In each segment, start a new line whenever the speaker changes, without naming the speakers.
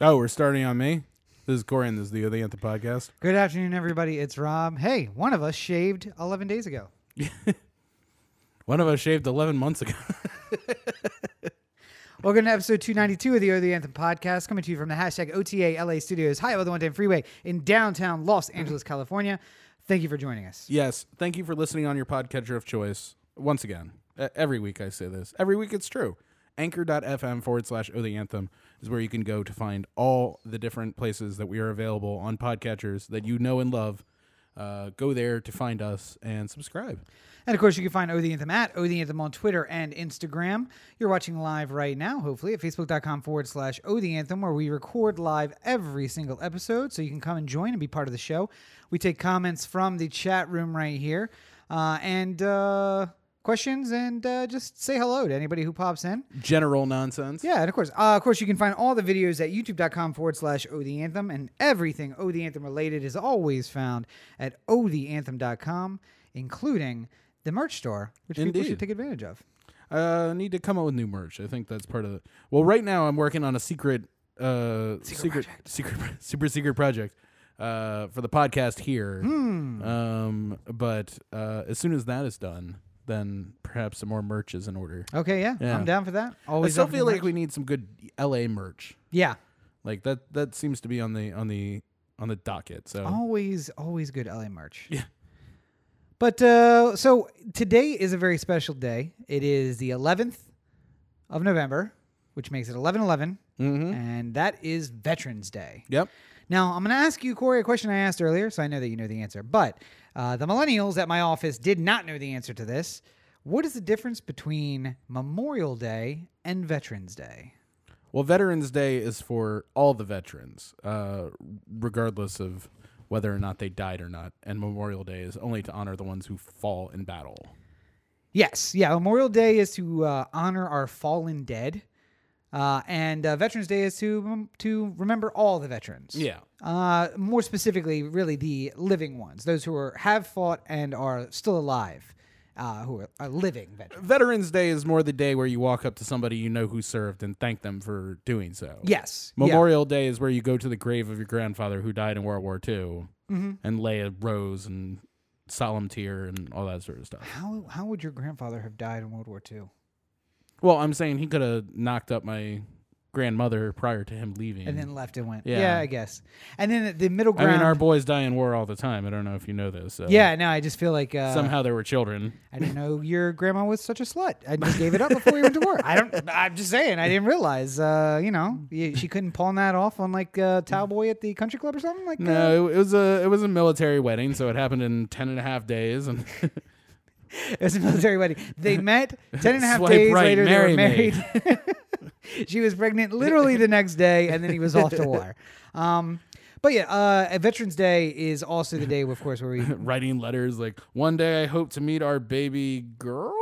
Oh, we're starting on me. This is Corey, and this is the They Anthem podcast.
Good afternoon, everybody. It's Rob. Hey, one of us shaved 11 days ago.
One of us shaved 11 months ago.
Welcome to episode 292 of the Other Anthem podcast, coming to you from the hashtag OTA LA studios, high above the 110 freeway in downtown Los Angeles, California. Thank you for joining us.
yes, thank you for listening on your podcatcher of choice. Once again, E- every week I say this. Every week it's true. Anchor.fm forward slash Oh The Anthem is where you can go to find all the different places that we are available on podcatchers that you know and love. Uh, go there to find us and subscribe.
And of course, you can find O the Anthem at O the Anthem on Twitter and Instagram. You're watching live right now, hopefully, at facebook.com forward slash O the Anthem, where we record live every single episode. So you can come and join and be part of the show. We take comments from the chat room right here uh, and uh, questions and uh, just say hello to anybody who pops in.
General nonsense.
Yeah, and of course, uh, of course, you can find all the videos at youtube.com forward slash O the Anthem, and everything O the Anthem related is always found at otheanthem.com, including the merch store, which people
Indeed.
should take advantage of.
Uh, need to come up with new merch. I think that's part of the. Well, right now I'm working on a secret, uh, secret, secret, secret pro- super secret project, uh, for the podcast here.
Hmm.
Um, but uh, as soon as that is done, then perhaps some more merch is in order.
Okay, yeah,
Yeah.
I'm down for Oh, that.
I
Always
still
up for
feel
the
like
merch.
we need some good LA merch.
yeah,
Like that. That seems to be on the on the on the docket. So
Oh. always, always good LA merch.
Oh. Yeah.
But uh, so today is a very special day. It is the 11th of November, which makes it 11 11,
Mhm.
and that is Veterans Day.
yep.
Now, I'm going to ask you, Corey, a question I asked earlier, so I know that you know the answer. But uh, the millennials at my office did not know the answer to this. What is the difference between Memorial Day and Veterans Day?
Well, Veterans Day is for all the veterans, uh, regardless of whether or not they died or not, and Memorial Day is only to honor the ones who fall in battle.
Yes, yeah. Memorial Day is to uh, honor our fallen dead, uh, and uh, Veterans Day is to rem- to remember all the veterans.
Yeah.
Uh, more specifically, really the living ones, those who are have fought and are still alive, uh, who are, are living veterans.
Veterans Day is more the day where you walk up to somebody you know who served and thank them for doing so.
Yes. yeah.
Memorial Day is where you go to the grave of your grandfather who died in World War II
Mm-hmm.
and lay a rose and solemn tear and all that sort of stuff.
How how would your grandfather have died in World War II?
Well, I'm saying he could have knocked up my grandmother prior to him leaving.
And then left and went.
Mm. Yeah.
Yeah, I guess. And then the- the middle
I
ground.
mean, our boys die in war all the time. I don't know if you know this. So.
yeah, no, I just feel like uh,
Somehow there were children.
I didn't know your grandma was such a slut. I just gave it up before you went to war. I don't. I'm just saying. I didn't realize. Uh, you know, y- she couldn't pawn that off on like uh, Cowboy at the country club or something. Like uh,
Mm. No, it was a it was a military wedding, so it happened in ten and a half days. And
It was a military wedding. They met ten and a half
Swipe
days
right,
later.
marry
They were
me.
married. she was pregnant literally the next day, and then he was off to war. Um, but yeah, uh, Veterans Day is also the day, of course, where we
writing letters like, "One day I hope to meet our baby girl."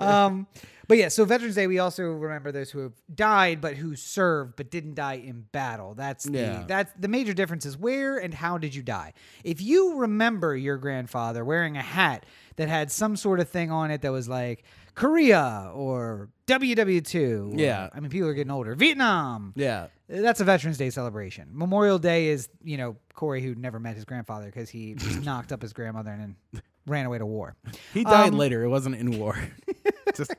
um, but yeah, so Veterans Day, we also remember those who have died, but who served but didn't die in battle. That's the
Yeah.
that's the major difference is where and how did you die. If you remember your grandfather wearing a hat that had some sort of thing on it that was like Korea or WW2, or-
Yeah.
I mean people are getting older, Vietnam.
yeah,
That's a Veterans Day celebration. Memorial Day is, you know, Corey who never met his grandfather because he just knocked up his grandmother and then ran away to war.
he died
Um,
later. It wasn't in war. Just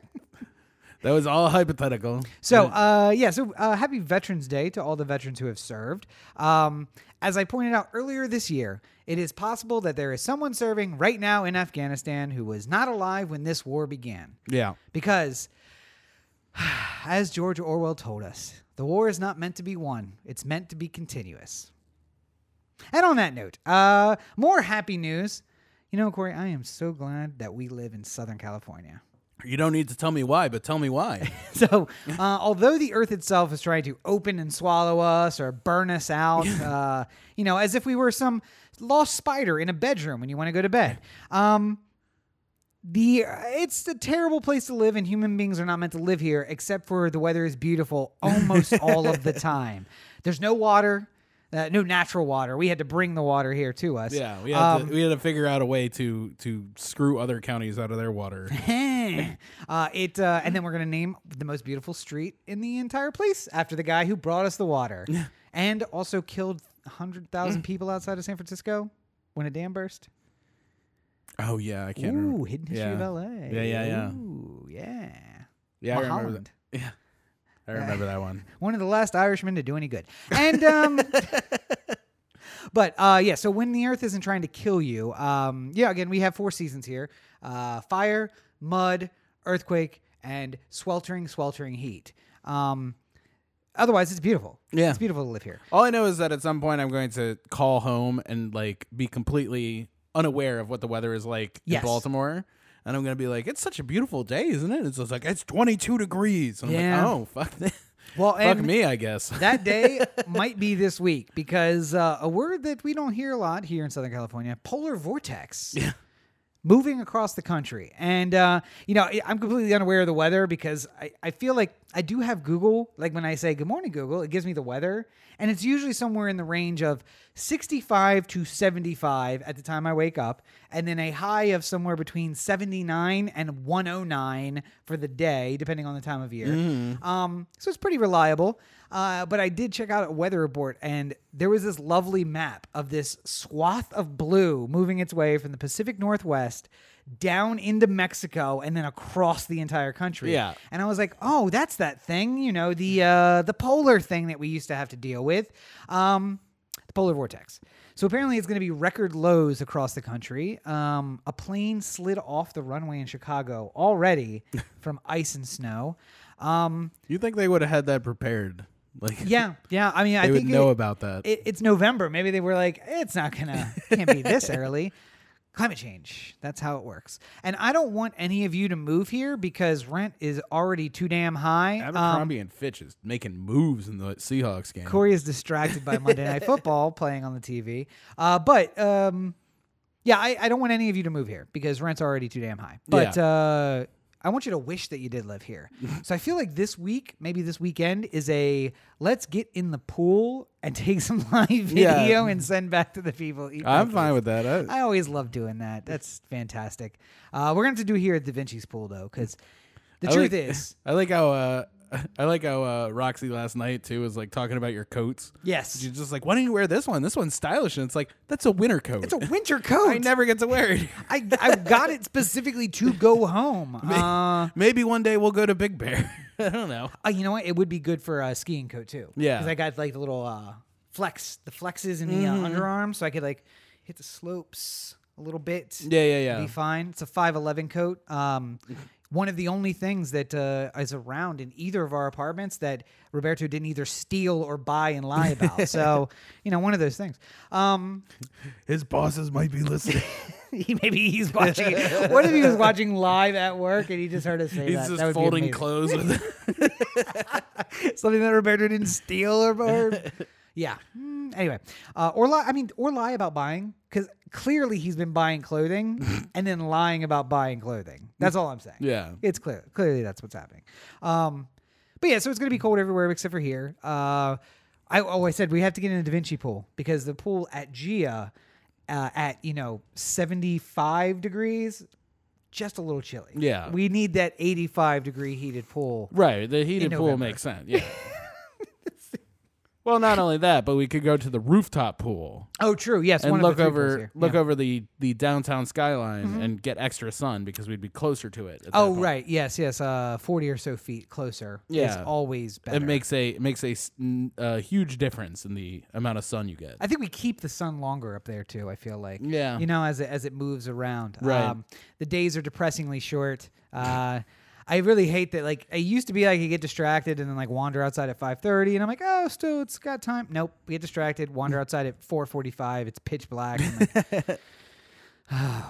that was all hypothetical.
So, uh, yeah, so uh, happy Veterans Day to all the veterans who have served. Um, as I pointed out earlier this year, it is possible that there is someone serving right now in Afghanistan who was not alive when this war began.
Yeah,
Because, as George Orwell told us, the war is not meant to be won, it's meant to be continuous. And on that note, uh, more happy news. You know, Corey, I am so glad that we live in Southern California.
you don't need to tell me why, but tell me why.
So, uh, although the Earth itself is trying to open and swallow us or burn us out, uh, you know, as if we were some lost spider in a bedroom when you want to go to bed, um, the it's a terrible place to live, and human beings are not meant to live here, except for the weather is beautiful almost all of the time. There's no water, uh, no natural water. We had to bring the water here to us. Um,
yeah, we had to, we had to figure out a way to to screw other counties out of their water.
uh, it uh, and then we're gonna name the most beautiful street in the entire place after the guy who brought us the water and also killed hundred thousand
Mm.
people outside of San Francisco when a dam burst.
Oh yeah, I can't.
Ooh,
remember.
hidden history
yeah.
of L.A.
Yeah, yeah, yeah.
Ooh, yeah.
Yeah, I remember
Mulholland.
that. Yeah, I remember that one.
one of the last Irishmen to do any good. And um But uh yeah, so when the earth isn't trying to kill you, um yeah, again, we have four seasons here. Uh fire, mud, earthquake, and sweltering, sweltering heat. Um otherwise it's beautiful.
Yeah.
It's beautiful to live here.
All I know is that at some point I'm going to call home and like be completely unaware of what the weather is like
Yes.
in Baltimore. And I'm gonna be like, it's such a beautiful day, isn't it? It's just like it's 22 degrees. And I'm
Yeah.
like, oh fuck, that.
Well,
fuck
and
me, I guess.
that day might be this week because uh, a word that we don't hear a lot here in Southern California, polar vortex. Yeah. Moving across the country. And, uh, you know, I- I'm completely unaware of the weather because I, I feel like I do have Google. Like when I say, Good morning, Google, it gives me the weather. And it's usually somewhere in the range of 65 to 75 at the time I wake up. And then a high of somewhere between 79 and 109 for the day, depending on the time of year. Um, so it's pretty reliable. Uh, but I did check out a weather report, and there was this lovely map of this swath of blue moving its way from the Pacific Northwest down into Mexico and then across the entire country.
Yeah.
And I was like, oh, that's that thing, you know, the uh, the polar thing that we used to have to deal with, um, the polar vortex. So apparently, it's going to be record lows across the country. Um, a plane slid off the runway in Chicago already from ice and snow. Um,
you think they would have had that prepared? Like,
yeah, yeah. I mean, I
they would
think
know
it-
about that.
it, it's November. Maybe they were like, it's not gonna can't be this early. Climate change. That's how it works. And I don't want any of you to move here because rent is already too damn high. Um,
Abercrombie and Fitch is making moves in the Seahawks game.
Corey is distracted by Monday Night Football playing on the TV. Uh, but um, yeah, I, I don't want any of you to move here because rent's already too damn high. But
Yeah.
uh, I want you to wish that you did live here. so I feel like this week, maybe this weekend, is a let's get in the pool and take some live
Yeah.
video and send back to the people. eat
I'm
breakfast.
fine with that. I-
I always love doing that. That's fantastic. Uh, we're going to have to do here at Da Vinci's pool though, because the
I
truth
like-
is,
I like how uh, I like how uh, Roxy last night too was like talking about your coats.
Yes.
she's just like, why don't you wear this one? This one's stylish, and it's like that's a winter coat.
it's a winter coat.
I never get to wear it.
I, I got it specifically to go home. Uh,
Maybe one day we'll go to Big Bear. I don't know.
oh, you know what? It would be good for a skiing coat too.
Yeah.
because I got like the little uh, flex, the flexes in the
Mm-hmm.
uh, underarm, so I could like hit the slopes a little bit.
Yeah, yeah,
It'd
yeah.
be fine. It's a five eleven coat. Um, one of the only things that uh, is around in either of our apartments that Roberto didn't either steal or buy and lie about. so you know, one of those things. Um,
His bosses might be listening.
he, maybe he's watching. it. What if he was watching live at work and he just heard us say
He's
that? That would
just
be
folding
amazing.
clothes. With
something that Roberto didn't steal or, or yeah. Mm, anyway, uh, or lie. I mean, or lie about buying because clearly he's been buying clothing and then lying about buying clothing. That's all I'm saying.
Yeah.
it's clear. Clearly, that's what's happening. Um, but yeah, so it's gonna be cold everywhere except for here. Uh, I oh, I said we have to get in the Da Vinci pool because the pool at Gia. Uh, at you know 75 degrees just a little chilly
Yeah.
we need that 85 degree heated pool
right, the heated
In
pool
November.
makes sense. Yeah. well, not only that, but we could go to the rooftop pool
Oh, true. Yes,
and
one of
look
the three pools
over
here.
look
Yeah. Mm-hmm.
over the the downtown skyline and get extra sun because we'd be closer to it. at that
Oh,
point.
right. Yes, yes. Uh, forty or so feet closer. is
Yeah.
always better.
It makes a it makes a s- n- a huge difference in the amount of sun you get.
I think we keep the sun longer up there too. I feel like.
Yeah.
You know, as it, as it moves around. Um,
Right.
the days are depressingly short. Uh, I really hate that. Like, it used to be like you get distracted and then like wander outside at five thirty, and I'm like, oh, still it's got time. Nope, we get distracted,
Mm.
wander outside at four forty five. It's pitch black. I'm like,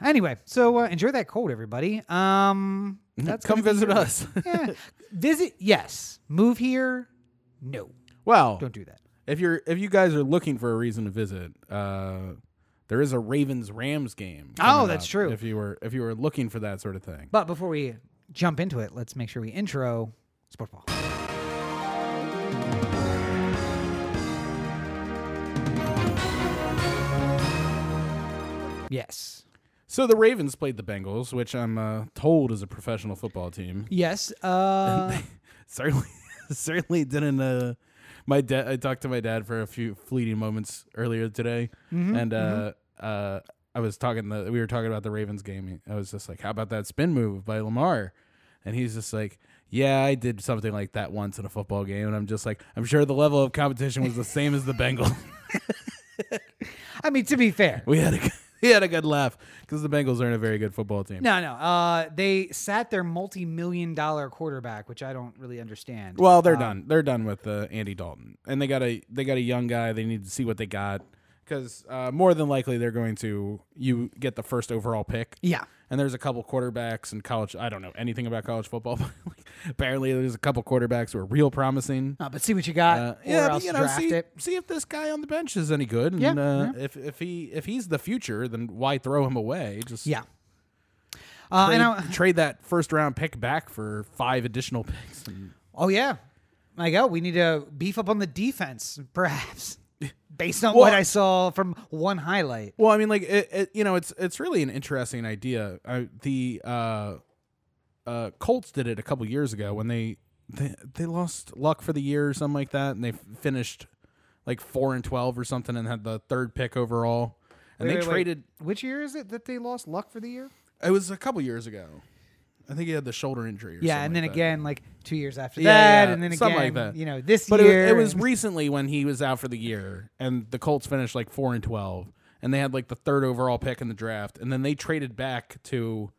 Anyway, so uh, enjoy that cold, everybody. Um, that's
Mm-hmm. Come
gonna be
visit
your-
us.
yeah. Visit, yes. Move here, no.
well,
Don't do that.
if you're if you guys are looking for a reason to visit, uh, there is a Ravens Rams game. coming
Oh, that's
up,
true.
If you were if you were looking for that sort of thing.
But before we jump into it, let's make sure we intro Sports Ball. Yes.
So the Ravens played the Bengals, which I'm uh, told is a professional football team.
Yes. Uh,
certainly certainly didn't uh my dad I talked to my dad for a few fleeting moments earlier today and uh uh I was talking the we were talking about the Ravens game. I was just like, "How about that spin move by Lamar?" And he's just like, "Yeah, I did something like that once in a football game." And I'm just like, "I'm sure the level of competition was the same as the Bengals."
I mean, to be fair.
we had a good- we had a good laugh cuz the Bengals aren't a very good football team.
No, no. Uh, they sat their multi-million dollar quarterback, which I don't really understand.
Well, they're done. They're done with uh, Andy Dalton, and they got a they got a young guy. They need to see what they got because uh, more than likely they're going to you get the first overall pick.
yeah.
And there's a couple quarterbacks in college. I don't know anything about college football. But like, apparently, there's a couple quarterbacks who are real promising.
Uh, but see what you got,
Uh,
or
yeah,
else
but, you know,
draft
see,
it.
see if this guy on the bench is any good, and
Yeah,
uh, if if he if he's the future, then why throw him away? Just
Yeah. Uh,
trade,
and I,
trade that first round pick back for five additional picks. and-
oh yeah, my God, we need to beef up on the defense, perhaps, based on what
Well-
I saw from one highlight.
Well, I mean, like it, it, you know, it's it's really an interesting idea. I, the uh, uh, Colts did it a couple years ago when they, they they lost luck for the year or something like that, and they f- finished like four and twelve or something, and had the third pick overall, and
Wait,
they
wait, wait.
traded.
Which year is it that they lost luck for the year?
It was a couple years ago. I think he had the shoulder injury. Or
Yeah,
something
and then
like that.
again, like two years after
Yeah,
that,
yeah,
and then again,
something like that.
you know, this
But
year.
it, it was
and-
recently when he was out for the year, and the Colts finished like four and twelve, and they had like the third overall pick in the draft, and then they traded back to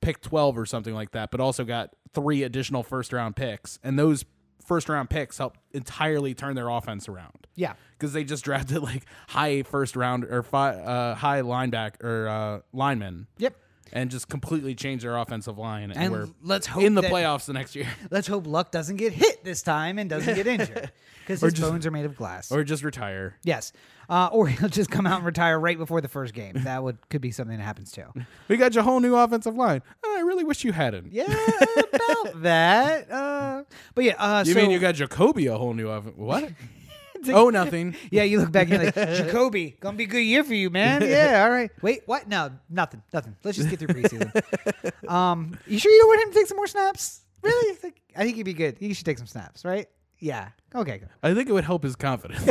pick twelve or something like that, but also got three additional first round picks, and those first round picks helped entirely turn their offense around
yeah,
because they just drafted like high first round or fi- uh, high linebacker or uh, linemen.
Yep.
And just completely changed their offensive line, and,
And
we're
let's hope
in the
that-
playoffs the next year.
let's hope luck doesn't get hit this time and doesn't get injured because his bones are made of glass.
or just retire.
Yes, uh, or he'll just come out and retire right before the first game. That would could be something that happens too.
We got your whole new offensive line. I really wish you hadn't.
Yeah, about that. Uh, but yeah, uh,
You
so
mean you got Jacoby a whole new offense? What? oh, nothing.
yeah, you look back and you're like, Jacoby, gonna be a good year for you, man. Yeah, all right. Wait, what? No, nothing, nothing. Let's just get through preseason. um, you sure you don't want him to take some more snaps? Really? Like, I think he'd be good. He should take some snaps, right? Yeah. Okay. Good.
I think it would help his confidence.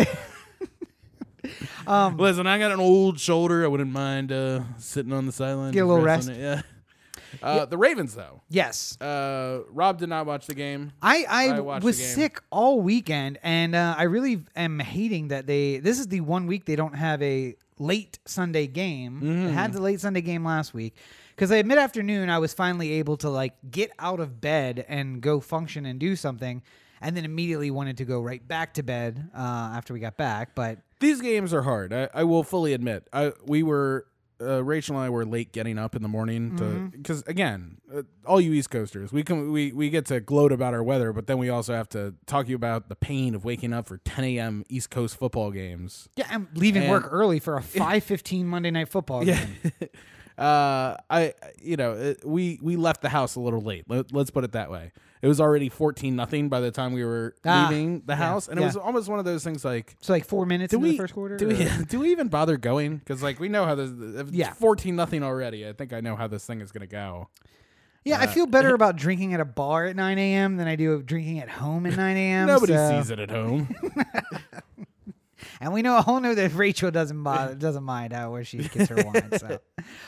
Um,
Listen, I got an old shoulder. I wouldn't mind uh, sitting on the sideline.
Get a little
resting it, Yeah. Uh, The Ravens, though.
Yes.
Uh, Rob did not watch the game.
I, I,
I watched
was
the game.
sick all weekend, and uh, I really am hating that they. This is the one week they don't have a late Sunday game.
Mm.
They had the late Sunday game last week because at mid afternoon I was finally able to like get out of bed and go function and do something, and then immediately wanted to go right back to bed uh, after we got back. But
These games are hard. I, I will fully admit. I we were uh, Rachel and I were late getting up in the morning to
Mm-hmm.
because again, uh, all you East Coasters, we can we we get to gloat about our weather, but then we also have to talk to you about the pain of waking up for 10 a.m. East Coast football games.
yeah, I'm leaving
And-
work early for a five fifteen Monday night football. game.
uh, I you know it, we we left the house a little late. Let, let's put it that way. It was already 14 nothing by the time we were
Ah,
leaving the house, and
yeah.
it was almost one of those things like.
So like four minutes
do
into
we
the first quarter.
Do
or-
we, do we even bother going? Because like we know how this. If
Yeah.
it's fourteen nothing already. I think I know how this thing is gonna go.
Yeah,
Uh,
I feel better about drinking at a bar at 9 a.m. than I do of drinking at home at 9 a.m.
Nobody
so-
sees it at home.
And we know all know that Rachel doesn't bother, doesn't mind how where she gets her wine. So,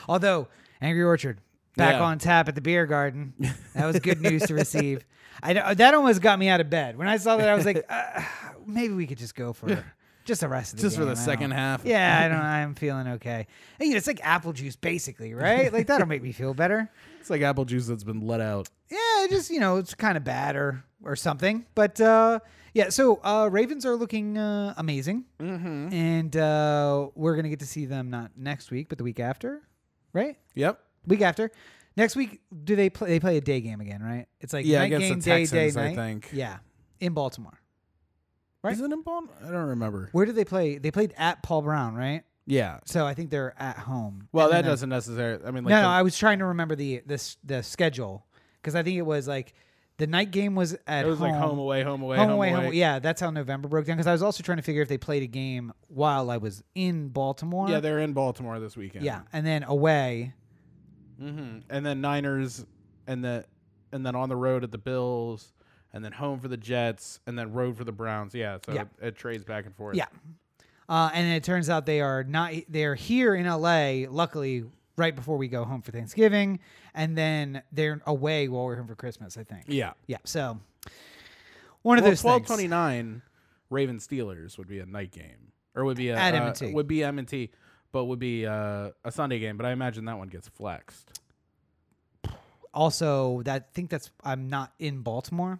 although Angry Orchard back
Yeah.
on tap at the beer garden, that was good news to receive. I don't- that almost got me out of bed when I saw that. I was like, uh, maybe we could just go for just the rest of the
Just for
game,
the
I don't-
second half.
Yeah, I don't. I'm feeling okay. And, you know, it's like apple juice, basically, right? Like that'll make me feel better.
It's like apple juice that's been let out.
yeah, it just you know, it's kind of bad or or something. But uh, yeah, so uh, Ravens are looking uh, amazing, mm-hmm. and uh, we're gonna get to see them not next week, but the week after, right?
Yep.
Week after. Next week, do they play? They play a day game again, right? It's like
Yeah,
night
against the
game, day,
Texans,
day,
I
night.
think.
Yeah, in Baltimore. Right.
Is it in Bal- I don't remember.
Where did they play? They played at Paul Brown, right?
Yeah.
So I think they're at home.
Well,
And
that
then-
doesn't necessarily. I mean, like
no,
the-
no, I was trying to remember the this the schedule because I think it was like the night game was at
it was like home away, home away,
home away, home away. Yeah, that's how November broke down. Because I was also trying to figure if they played a game while I was in Baltimore.
Yeah, they're in Baltimore this weekend. Mm-hmm.
yeah, and then away,
and then Niners, and the and then on the road at the Bills, and then home for the Jets, and then road for the Browns. Yeah, so
Yeah.
It, it trades back and forth.
Yeah. Uh, and it turns out they are not. They are here in LA. Luckily, right before we go home for Thanksgiving, and then they're away while we're home for Christmas. I think.
yeah.
Yeah. So one of
Well,
those
twelve
things.
twenty nine, Ravens Steelers would be a night game, or would be a
At
uh,
M&T.
would be M and T, but would be uh, a Sunday game. But I imagine that one gets flexed.
Also, that I think that's I'm not in Baltimore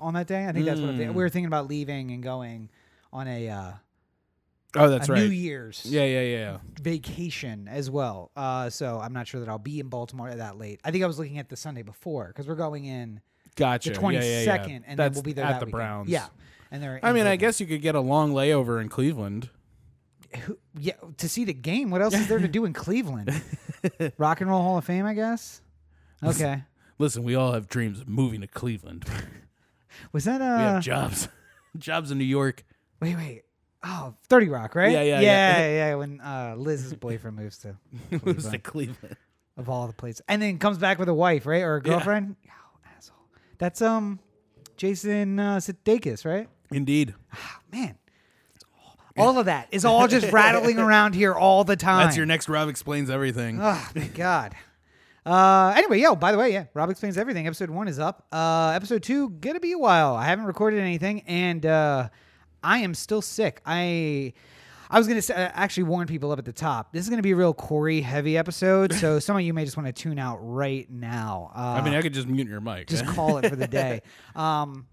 on that day. I think that's what I'm
Mm.
thinking. we were thinking about leaving and going on a uh,
Oh, that's
a
right.
New Year's
yeah, yeah, yeah.
vacation as well. Uh, so I'm not sure that I'll be in Baltimore that late. I think I was looking at the Sunday before because we're going in
Gotcha.
the
Yeah,
22nd,
yeah, yeah.
and then
That's
we'll be there
at
that
the
weekend.
Browns.
Yeah, and they're.
I
in
mean, I
Cleveland.
guess you could get a long layover in Cleveland.
yeah, to see the game. What else is there to do in Cleveland? Rock and Roll Hall of Fame, I guess. Okay,
Listen, we all have dreams of moving to Cleveland.
was that
we
uh?
have jobs, jobs in New York.
Wait, wait. Oh, 30 Rock, right?
Yeah, yeah,
yeah,
yeah.
yeah. When uh, Liz's boyfriend moves to
Moves to
Cleveland,
Cleveland.
of all the places, and then comes back with a wife, right, or a girlfriend. Oh, asshole. That's um, Jason uh, Sudeikis, right?
Indeed,
Oh, man, It's all- all of that is all just rattling around here all the time.
that's your next. Rob explains everything.
Oh my god. Uh, anyway, yo, by the way, yeah, Rob explains everything. Episode one is up. Uh, episode two gonna be a while. I haven't recorded anything, and uh, I am still sick. I I was gonna say, I actually warn people up at the top. This is gonna be a real Corey heavy episode, so some of you may just want to tune out right now.
I
Uh,
mean, I could just mute your mic.
just call it for the day. Um,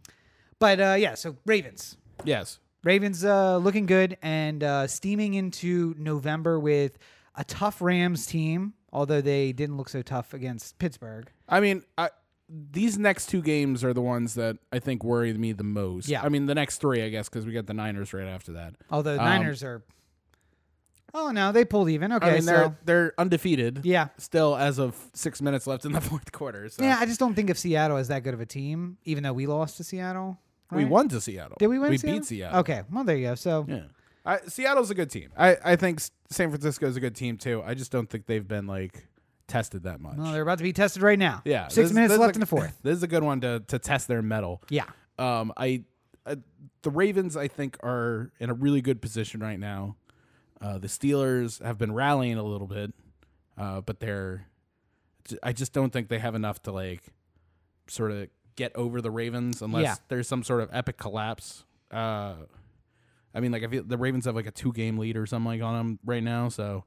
but uh, yeah, so Ravens.
yes.
Ravens uh, looking good and uh, steaming into November with a tough Rams team, although they didn't look so tough against Pittsburgh.
I mean, I, these next two games are the ones that I think worry me the most.
Yeah.
I mean, the next three, I guess, because we got the Niners right after that.
Although the
Um,
Niners are, oh no, they pulled even. Okay,
I mean, they're
so
they're undefeated.
yeah,
Still, as of six minutes left in the fourth quarter. So
yeah. I just don't think of Seattle as that good of a team, even though we lost to Seattle.
we
right?
won to Seattle.
Did we win?
We
Seattle?
beat Seattle.
Okay, well there you go. So
Yeah. I, Seattle's a good team. I, I think S- San Francisco's a good team too. I just don't think they've been like tested that much.
well, they're about to be tested right now.
yeah.
six
this-
minutes
this is
left
a-
in the fourth.
This is a good one to to test their metal.
Yeah,
Um, I, uh the Ravens, I think, are in a really good position right now. Uh, the Steelers have been rallying a little bit, uh, but they're. j- I just don't think they have enough to like, sort of get over the Ravens unless
Yeah.
there's some sort of epic collapse. Uh, I mean, like I feel the Ravens have like a two game lead or something like on them right now, so.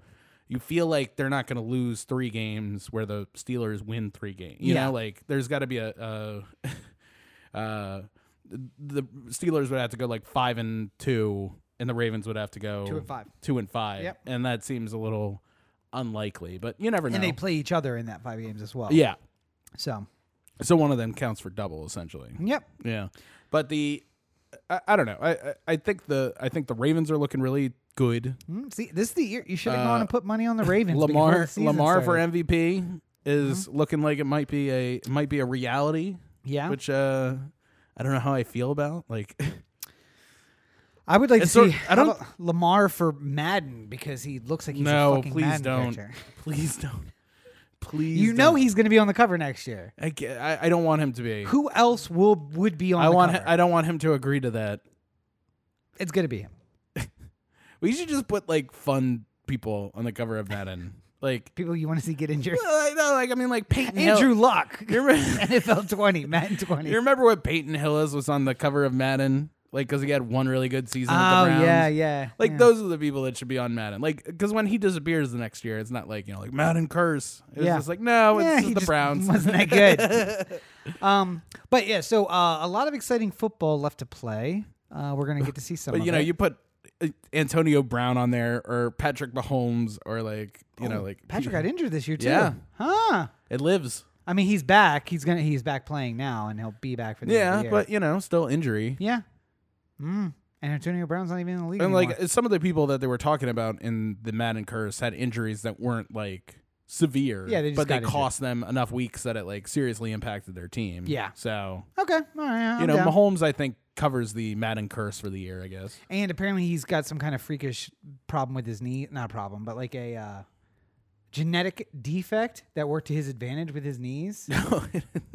You feel like they're not going to lose three games where the Steelers win three games. You
Yeah.
know, like there's got to be a, a uh, the Steelers would have to go like five and two, and the Ravens would have to go
Two and five.
two and five.
Yep.
and that seems a little unlikely, but you never know.
and they play each other in that five games as well.
yeah,
So
so one of them counts for double essentially.
yep.
Yeah, but the I, I don't know. I, I I think the I think the Ravens are looking really good.
Mm, See, this is the year you should have
Uh,
gone and put money on the Ravens. before the
Lamar
season
Lamar
started. Mm-hmm.
for MVP is looking like it might be a might be a reality,
yeah.
which uh I don't know how I feel about like.
I would like to
It's sort-
see.
I
I do
don't-
Lamar for Madden because he looks like he's a
no,
fucking
please
Madden
don't.
character.
Please don't. Please.
You know
don't.
he's going to be on the cover next year.
I, ca- I, I don't want him to be.
Who else will would be on?
I
the
want.
cover?
I don't want him to agree to that.
it's going to be him.
We should just put like fun people on the cover of Madden. like,
People you want to see get injured.
well, I know, like I mean, like Peyton
Andrew
Hill.
Luck,
You remember,
NFL twenty, Madden twenty.
you remember what Peyton Hillis was on the cover of Madden? Like, because he had one really good season. with
oh
the Browns.
yeah, yeah.
Like
yeah.
those are the people that should be on Madden. Like, because when he disappears the next year, it's not like you know, like Madden curse. It's
Yeah.
just like no, it's
Yeah,
just
he
the
just
Browns.
Wasn't that good? um, but yeah, so uh, a lot of exciting football left to play. Uh, we're going to get to see some.
But
of
you know,
it.
you put uh, Antonio Brown on there or Patrick Mahomes or like you know, like
Oh, Patrick got injured this year too.
Yeah.
Huh.
It lives.
I mean, he's back. He's gonna. He's back playing now, and he'll be back for the end of
Yeah,
the year.
but you know, still injury.
yeah. Mm. And Antonio Brown's not even in the league
And
anymore.
like some of the people that they were talking about in the Madden curse had injuries that weren't like severe.
Yeah, they just
but they
got injured.
cost them enough weeks that it like seriously impacted their team.
Yeah.
So
okay, all right, I'm
you know,
down.
Mahomes I think covers the Madden curse for the year. I guess.
and apparently he's got some kind of freakish problem with his knee. Not a problem, but like a uh, genetic defect that worked to his advantage with his knees?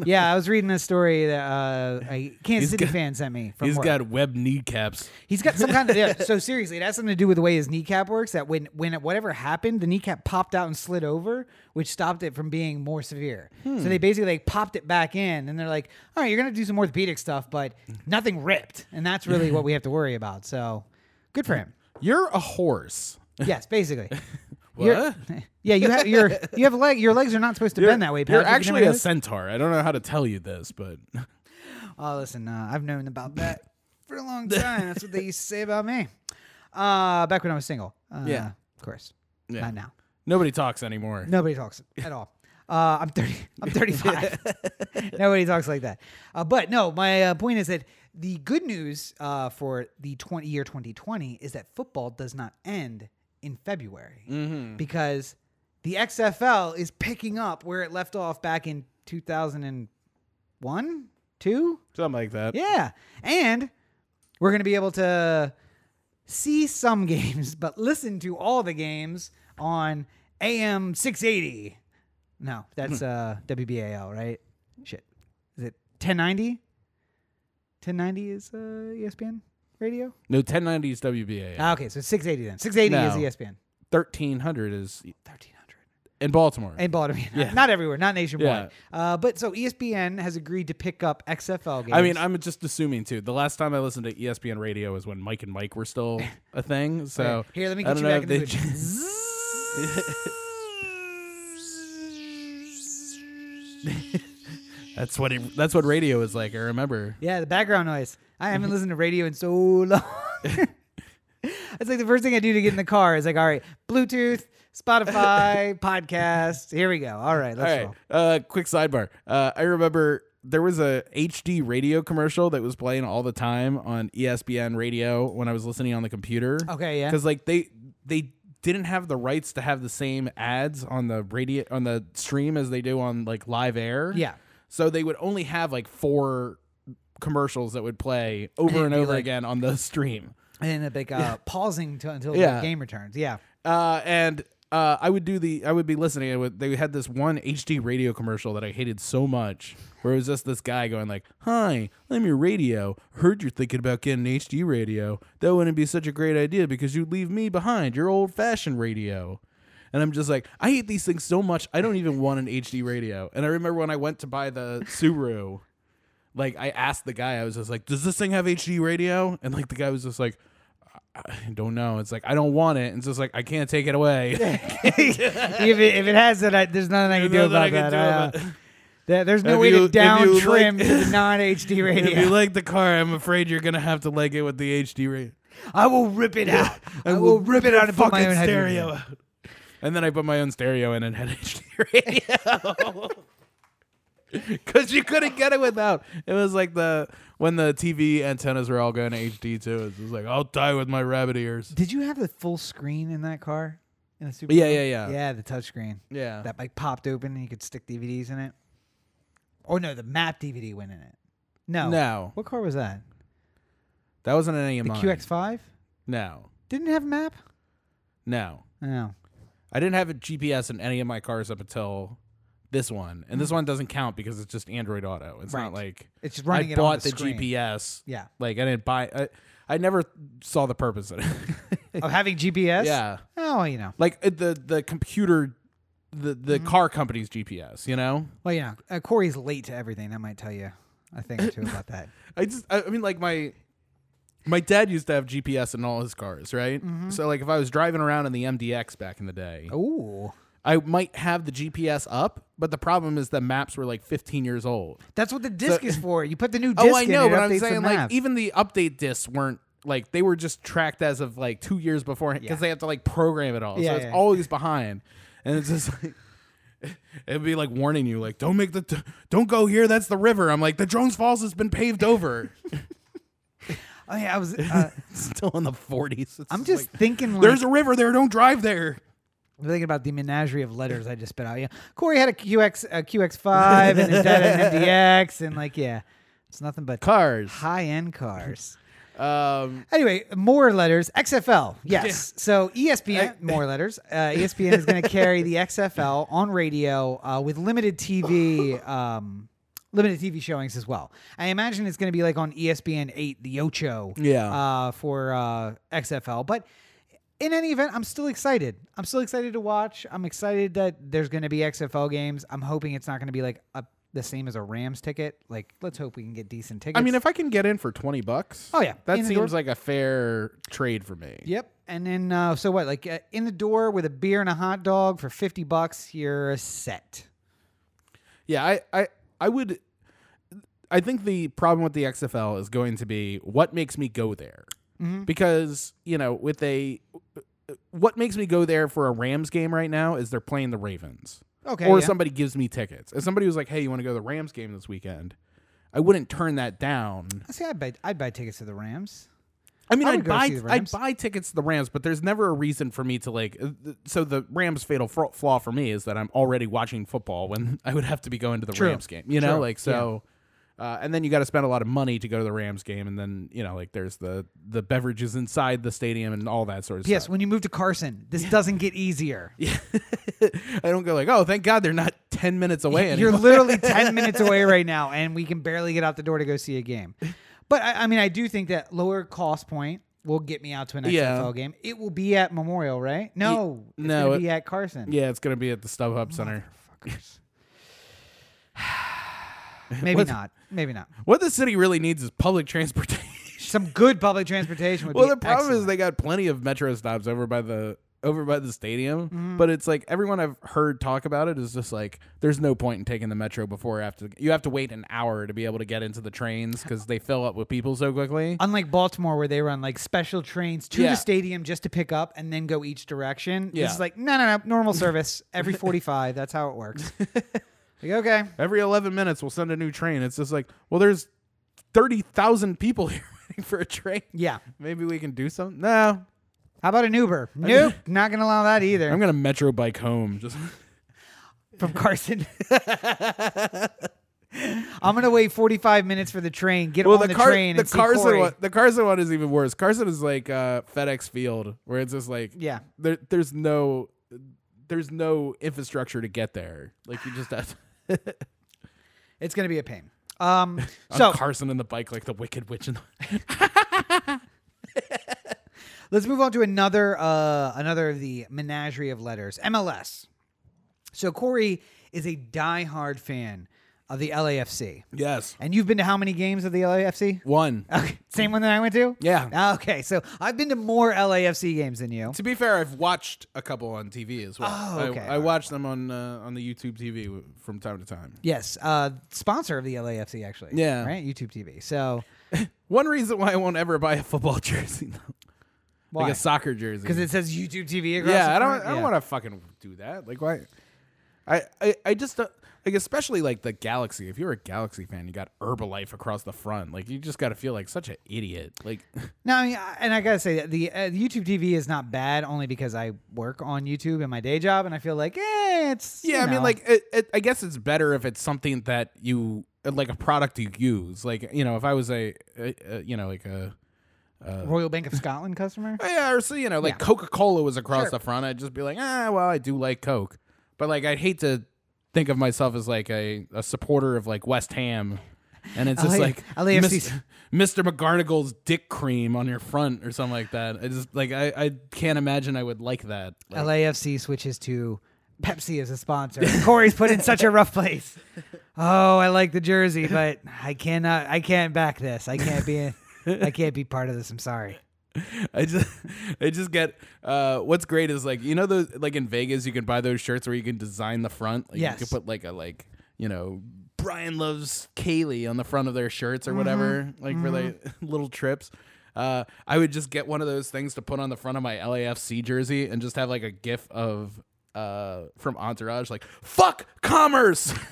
yeah, I was reading this story that uh, a Kansas City
got-
fan sent me. From
He's
work.
got web kneecaps.
He's got some kind of yeah. So seriously, it has something to do with the way his kneecap works. That when when it, whatever happened, the kneecap popped out and slid over, which stopped it from being more severe.
Hmm.
So they basically like popped it back in, and they're like, "All right, you're gonna do some orthopedic stuff, but
Mm.
nothing ripped, and that's really what we have to worry about." So good for him.
You're a horse.
Yes, basically. You're- yeah, you have your you have leg. Your legs are not supposed to bend that way. Pat.
You're
Did you know
actually a
this?
centaur. I don't know how to tell you this, but
Oh, listen, uh, I've known about that for a long time. That's what they used to say about me. Uh, back when I was single. Uh,
Yeah.
of course.
Yeah.
Not now.
nobody talks anymore.
Nobody talks at all. Uh, I'm thirty. I'm thirty-five. Nobody talks like that. Uh, but no, my uh, point is that the good news uh, for the 20 year 2020 is that football does not end in February because the XFL is picking up where it left off back in 2001, two.
Something like that.
Yeah. And we're going to be able to see some games, but listen to all the games on AM 680. No,
Hmm.
that's uh, WBAL, right? Shit. Is it 1090? 1090 is uh, ESPN radio?
No, 1090 is WBA.
Ah, okay, so 680 then. 680
No.
is E ESPN.
1300 is
1300.
in Baltimore.
In Baltimore. Not,
Yeah.
not everywhere, not nationwide. Uh, but so ESPN has agreed to pick up XFL games.
I mean, I'm just assuming too. The last time I listened to E ESPN radio was when Mike and Mike were still a thing. So
Here, let me
I
get
don't know
you back
if
in the
they
mood.
ch- That's what it, that's what radio is like. I remember.
Yeah, the background noise. I haven't listened to radio in so long. It's like the first thing I do to get in the car is like, all right, Bluetooth, Spotify, podcasts. Here we go. All right, let's
All right.
roll.
Uh, quick sidebar. Uh, I remember there was a HD radio commercial that was playing all the time on E ESPN radio when I was listening on the computer.
Okay, yeah.
Because like they they didn't have the rights to have the same ads on the radio on the stream as they do on like live air.
Yeah.
So they would only have like four commercials that would play over and
be
over
like-
again on the stream.
And then like uh, pausing to, until the
Yeah.
game returns. Yeah.
Uh, and uh, I would do the I would be listening. I would, they had this one HD radio commercial that I hated so much, where it was just this guy going like, "Hi, I'm your radio. Heard you're thinking about getting an HD radio. That wouldn't be such a great idea because you'd leave me behind. Your old fashioned radio." And I'm just like, I hate these things so much. I don't even want an HD radio. And I remember when I went to buy the Subaru like I asked the guy, I was just like, "Does this thing have HD radio?" And like the guy was just like, "I I don't know." It's like I don't want it. And it's just like I can't take it away.
if, it, if it has that, I, there's nothing I can do
There's
about
nothing I
that.
can
Uh,
do about
there- there's no
If
way
you-
to
if
down
you
trim
like-
to the non
if
HD
you
radio.
like the car, I'm afraid you're gonna have to like it with the HD radio.
I will rip it out. I, will rip it out and put my own headphones in.
stereo out. And then I put my own stereo in and had HD radio. Because you couldn't get it without. It was like the when the TV antennas were all going to HD too. It was like I'll die with my rabbit ears.
Did you have the full screen in that car? In the Super
Yeah,
Bowl?
yeah, yeah.
Yeah, the touchscreen.
Yeah.
Uh. That like popped open and you could stick DVDs in it. Oh no, the map DVD went in it. No.
No.
What car was that?
That wasn't any of
The
mine.
QX5?
No,
Didn't it have a map?
no.
No.
I didn't have a GPS in any of my cars up until this one, and this one doesn't count because it's just Android Auto. It's
Mm. Right.
not like
It's just running
I
it on
bought
the screen.
GPS.
Yeah.
like I didn't buy. I, I never saw the purpose in it.
Of Oh, having GPS?
yeah,
Oh, well, you know.
like uh, the the computer, the the
Mm-hmm.
car company's GPS. You know,
Well, you know. Uh, Corey's late to everything. That might tell you a thing or two about that.
I just I, I mean like my. My dad used to have GPS in all his cars, right?
Mm-hmm.
So, like, if I was driving around in the MDX back in the day,
Oh. Ooh.
I might have the GPS up, but the problem is the maps were like 15 years old.
That's what the disc is for. You put the new disc
oh, I
in,
know,
it
but I'm
updates the
saying
map.
like even the update discs weren't like they were just tracked as of like two years beforehand because
Yeah.
they have to like program it all,
Yeah,
so it's
yeah.
always behind, and it's just like. It'd be like warning you, like don't make the, t- don't go here. That's the river. I'm like the Jones Falls has been paved over.
Oh, yeah, I was uh,
It's still in the 40s. It's
I'm just thinking like
like, there's a river there. Don't drive there.
I'm thinking about the menagerie of letters I just spit out. Yeah, Corey had a QX, a QX5, and his dad had an MDX, and like, yeah, it's nothing but
Cars.
high-end cars.
Um,
Anyway, more letters. XFL. Yes. So E ESPN, more letters. Uh, ESPN is going to carry the XFL on radio uh, with limited TV. Um, Limited TV showings as well. I imagine it's going to be like on E ESPN eight, the Ocho,
Yeah.
uh, for uh, XFL. But in any event, I'm still excited. I'm still excited to watch. I'm excited that there's going to be XFL games. I'm hoping it's not going to be like a, the same as a Rams ticket. Like, let's hope we can get decent tickets.
I mean, if I can get in for twenty bucks,
Oh, yeah.
that
In the
seems
door.
like a fair trade for me.
Yep. And then, uh, so what? Like uh, in the door with a beer and a hot dog for fifty bucks, you're set.
Yeah, I, I, I would. I think the problem with the XFL is going to be what makes me go there,
Mm-hmm.
because you know, with a what makes me go there for a Rams game right now is they're playing the Ravens,
Okay.
or
yeah.
somebody gives me tickets. If somebody was like, "Hey, you want to go to the Rams game this weekend?" I wouldn't turn that down.
See, I'd buy, I'd buy tickets to the Rams.
I mean,
I
I
would
would
go
buy
see the
I'd
Rams.
buy tickets to the Rams, but there's never a reason for me to like. uh, th- So the Rams' fatal fro- flaw for me is that I'm already watching football when I would have to be going to the
True.
Rams game. You know,
True.
like so. Uh, and then you got to spend a lot of money to go to the Rams game, and then you know, like there's the the beverages inside the stadium and all that sort of
Yes.
stuff.
When you move to Carson, this doesn't get easier.
I don't go like, oh, thank God they're not ten minutes away.
You're
anymore.
literally 10 minutes away right now, and we can barely get out the door to go see a game. But I, I mean, I do think that lower cost point will get me out to an XFL
Yeah.
game. It will be at Memorial, right? No, it's
no,
going
it-
to be at Carson.
yeah, it's gonna be at the StubHub Center.
Fuckers. Maybe
What-
not. Maybe not.
What the city really needs is public transportation.
Some good public transportation would
Well,
be
the problem
excellent.
is they got plenty of metro stops over by the over by the stadium, but it's like everyone I've heard talk about it is just like there's no point in taking the metro before or after you have to wait an hour to be able to get into the trains because they fill up with people so quickly.
Unlike Baltimore, where they run like special trains to
Yeah.
the stadium just to pick up and then go each direction.
Yeah.
This is like, no, no, no, normal service every 45. That's how it works. like, okay.
Every 11 minutes we'll send a new train. It's just like, well, there's 30,000 people here waiting for a train.
Yeah.
Maybe we can do something. No,
How about an Uber? Nope. not going to allow that either.
I'm gonna metro bike home. Just
From Carson. I'm going to wait 45 minutes for the train, get on the,
car-
train,
the
and see
Carson
Corey.
one, the Carson one is even worse. Carson is like uh, FedEx Field, where it's just like
Yeah.
there, there's no there's no infrastructure to get there. Like you just have
It's going to be a pain. Um,
so,
so
Carson and the bike like the Wicked Witch. And the,
Let's move on to another uh, another of the menagerie of letters. MLS. So Corey is a diehard fan of the LAFC,
yes,
and you've been to how many games of the LAFC?
one.
Okay, same one that I went to. Ah,
Yeah.
Okay, so I've been to more LAFC games than you.
To be fair, I've watched a couple on TV as well.
Oh,
I-
okay.
I, watch them on uh, on the YouTube TV w- from time to time.
Yes, uh, sponsor of the LAFC actually.
Yeah.
Right, YouTube TV. So
One reason why I won't ever buy a football jersey, though.
why?
like a soccer jersey,
Because it says YouTube TV. Across
yeah,
the
I don't.
front?
I don't
Yeah.
want to fucking do that. Like why? I I, I just don't, like especially like the Galaxy. If you're a Galaxy fan, you got Herbalife across the front. Like you just got to feel like such an idiot. Like
No, I mean, I- and I gotta say that the uh, the YouTube TV is not bad, only because I work on YouTube in my day job, and I feel like, eh, it's you
yeah, I mean
know.
like it, it, I guess it's better if it's something that you like a product you use. Like you know, if I was a, a, a you know like a
Royal Bank of Scotland customer.
Oh, yeah, or so you know like Coca Cola was across the front, I'd just be like ah, well I do like Coke, but like I'd hate to think of myself as like a, a supporter of like West Ham, and it's just
LA
like
LAFC.
Mis- Mr. McGarnagle's dick cream on your front or something like that. I just like I, I can't imagine I would like that. Like,
LAFC switches to Pepsi as a sponsor. Corey's put in such a rough place. Oh, I like the jersey, but I cannot. I can't back this. I can't be. in- I can't be part of this. I'm sorry.
I just I just get uh, what's great is like you know those like in Vegas you can buy those shirts where you can design the front. Like,
Yes.
you can put like a like you know. Brian loves Kaylee on the front of their shirts or whatever, like for their little trips. Uh, I would just get one of those things to put on the front of my LAFC jersey and just have like a gif of uh, from Entourage, like "fuck commerce."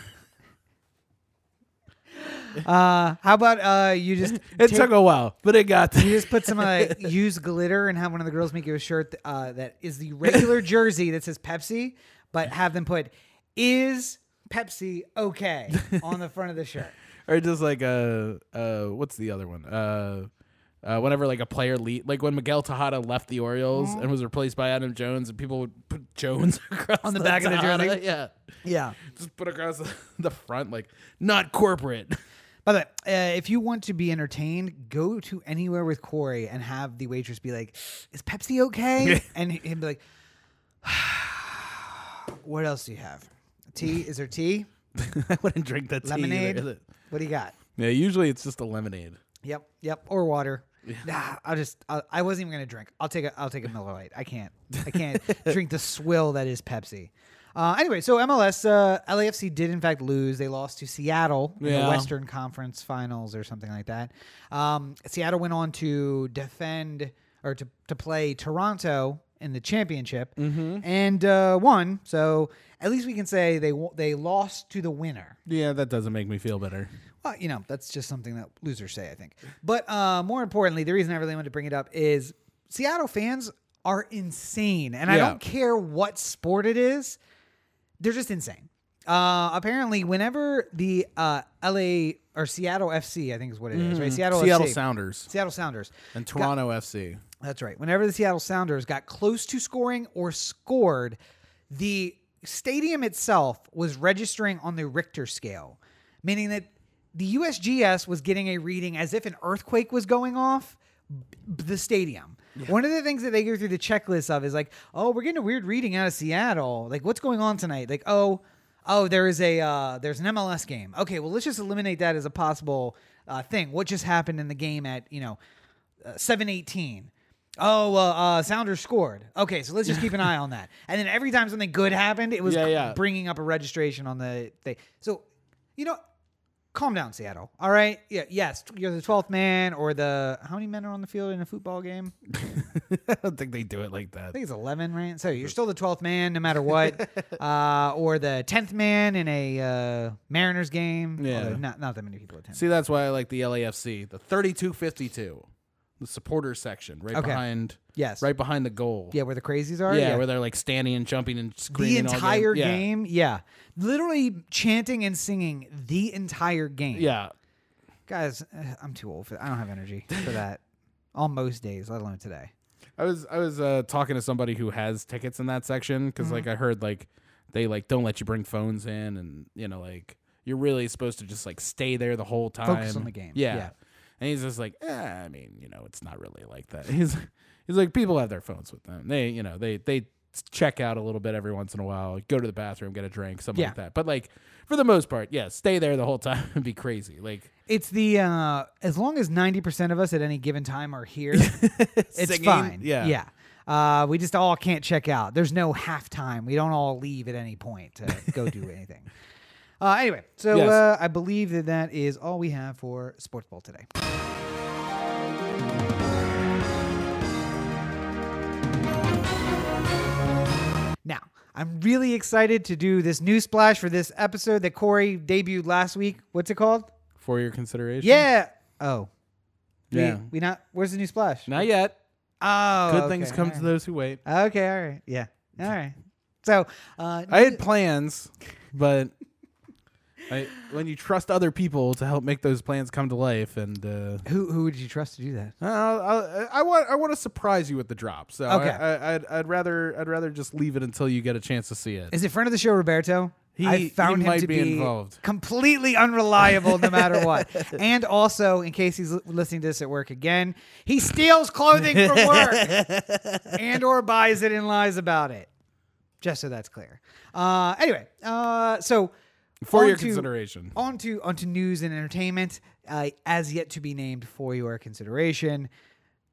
Uh, how about uh, you just
it
take-
took a while, but it got there.
You just put some uh, used glitter and have one of the girls make you a shirt uh, that is the regular jersey that says Pepsi, but have them put "Is Pepsi okay?" on the front of the shirt.
or just like uh uh what's the other one uh uh Uh, whenever like a player lead, like when Miguel Tejada left the Orioles and was replaced by Adam Jones, and people would put Jones across on
the back of the jersey?
yeah,
Yeah.
just put across the, the front, like not corporate.
By the way, uh, if you want to be entertained, go to anywhere with Corey and have the waitress be like, "Is Pepsi okay?" and he- he'd be like, "What else do you have? Tea? Is there tea?
I wouldn't drink that tea either.
Lemonade? What do you got?"
Yeah, usually it's just a lemonade.
Yep, yep, or water. Nah, I'll just. I, I wasn't even gonna drink. I'll take a. I'll take a Miller Lite. I can't. I can't drink the swill that is Pepsi. Uh, anyway, so MLS, uh, LAFC did in fact lose. They lost to Seattle in the
Yeah.
Western Conference Finals or something like that. Um, Seattle went on to defend or to, to play Toronto in the championship and uh, won. So at least we can say they wo- they lost to the winner.
Yeah, that doesn't make me feel better.
Well, you know, that's just something that losers say, I think. But uh, more importantly, the reason I really wanted to bring it up is Seattle fans are insane. And I
Yeah.
don't care what sport it is, they're just insane. Uh, apparently, whenever the uh, LA or Seattle FC, I think is what it is, right? Seattle,
Mm-hmm. Seattle
FC,
Sounders
Seattle Sounders.
and Toronto FC.
That's right. Whenever the Seattle Sounders got close to scoring or scored, the stadium itself was registering on the Richter scale, meaning that the USGS was getting a reading as if an earthquake was going off b- the stadium. One of the things that they go through the checklist of is like, oh, we're getting a weird reading out of Seattle. Like, what's going on tonight? Like, oh, oh, there is a uh, there's an MLS game. Okay, well, let's just eliminate that as a possible uh, thing. What just happened in the game at you know seven eighteen. Oh, well, uh, Sounders scored. Okay, so let's just keep an eye on that. And then every time something good happened, it was
Yeah,
c-
yeah.
bringing up a registration on the thing. So, you know, calm down, Seattle. All right, yeah, yes, you're the twelfth man or the how many men are on the field in a football game? I
I don't think they do it like that.
think it's eleven, right? So you're still the twelfth man, no matter what, uh, or the tenth man in a uh, Mariners game.
Yeah.
Although not not that many people attend.
See, that's why I like the LAFC, the 3252, the supporter section, right
Okay.
behind,
Yes,
right behind the goal.
Yeah, where the crazies are.
Yeah, where they're like standing and jumping and
the
screaming all
entire
game. Yeah.
game. Yeah. Literally chanting and singing the entire game.
Yeah,
Guys, eh, I'm too old for that. I don't have energy for that on most days, let alone today.
I was I was uh, talking to somebody who has tickets in that section because like
Mm-hmm.
I heard like they like don't let you bring phones in and you know like you're really supposed to just like stay there the whole time
Focus on the game.
yeah.
Yeah.
and he's just like eh, I mean you know it's not really like that he's he's like people have their phones with them they you know they they check out a little bit every once in a while go to the bathroom get a drink something
Yeah.
like that but like for the most part yeah stay there the whole time and be crazy like
It's the uh as long as 90% of us at any given time are here, it's
Singing,
fine.
yeah.
Yeah. Uh, we just all can't check out. There's no halftime. We don't all leave at any point to go do anything. Uh, anyway, so
Yes.
uh, I believe that that is all we have for sports ball today. Now, I'm really excited to do this new splash for this episode that Corey debuted last week. What's it called?
for your consideration
Yeah. Oh. We-
yeah
We, not. Where's the new splash?
not yet
Oh.
good things
okay,
come to
all
those who wait.
right. Okay. All right. Yeah. All right. So, uh,
I had plans, but I, when you trust other people to help make those plans come to life, and uh,
who who would you trust to do that?
I, I, I want I want to surprise you with the drop. So
Okay.
I, I, I'd, I'd rather I'd rather just leave it until you get a chance to see it.
Is it friend of the show Roberto?
He-
I found
he
him
might
to
be involved.
completely unreliable no matter what. And also, in case he's li- listening to this at work again, he steals clothing from work and or buys it and lies about it. Just so that's clear. Uh, anyway, uh, so
For your
on to-
consideration.
on to on to news and entertainment, uh, as yet to be named for your consideration.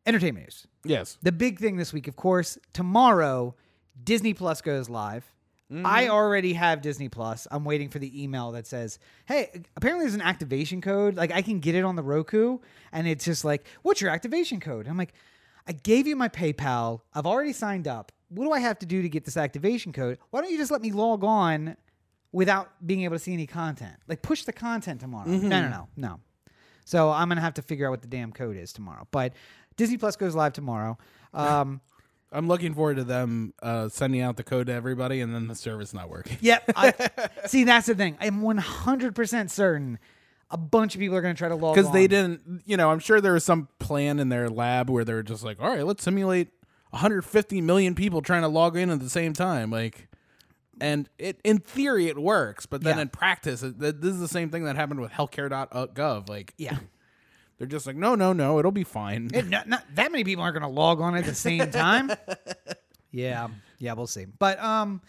Entertainment news.
yes.
The big thing this week, of course, tomorrow, Disney Plus goes live. I already have Disney Plus. I'm waiting for the email that says, "Hey, apparently there's an activation code. Like I can get it on the Roku, and it's just like, what's your activation code?" I'm like, "I gave you my PayPal. I've already signed up. What do I have to do to get this activation code? Why don't you just let me log on without being able to see any content? Like push the content tomorrow." No, no, no, no. So I'm gonna have to figure out what the damn code is tomorrow. But Disney Plus goes live tomorrow. Um,
I'm looking forward to them uh, sending out the code to everybody, and then the service not working.
yep. I, see, that's the thing. I'm 100% certain a bunch of people are going to try to log
because they
on.
didn't you know i'm sure there was some plan in their lab where they were just like all right let's simulate 150 million people trying to log in at the same time like and it in theory it works but then
Yeah.
in practice it, th- this is the same thing that happened with healthcare.gov like
Yeah.
they're just like no no no it'll be fine
It- not, not that many people aren't going to log on at the same time. yeah, yeah, we'll see. But um,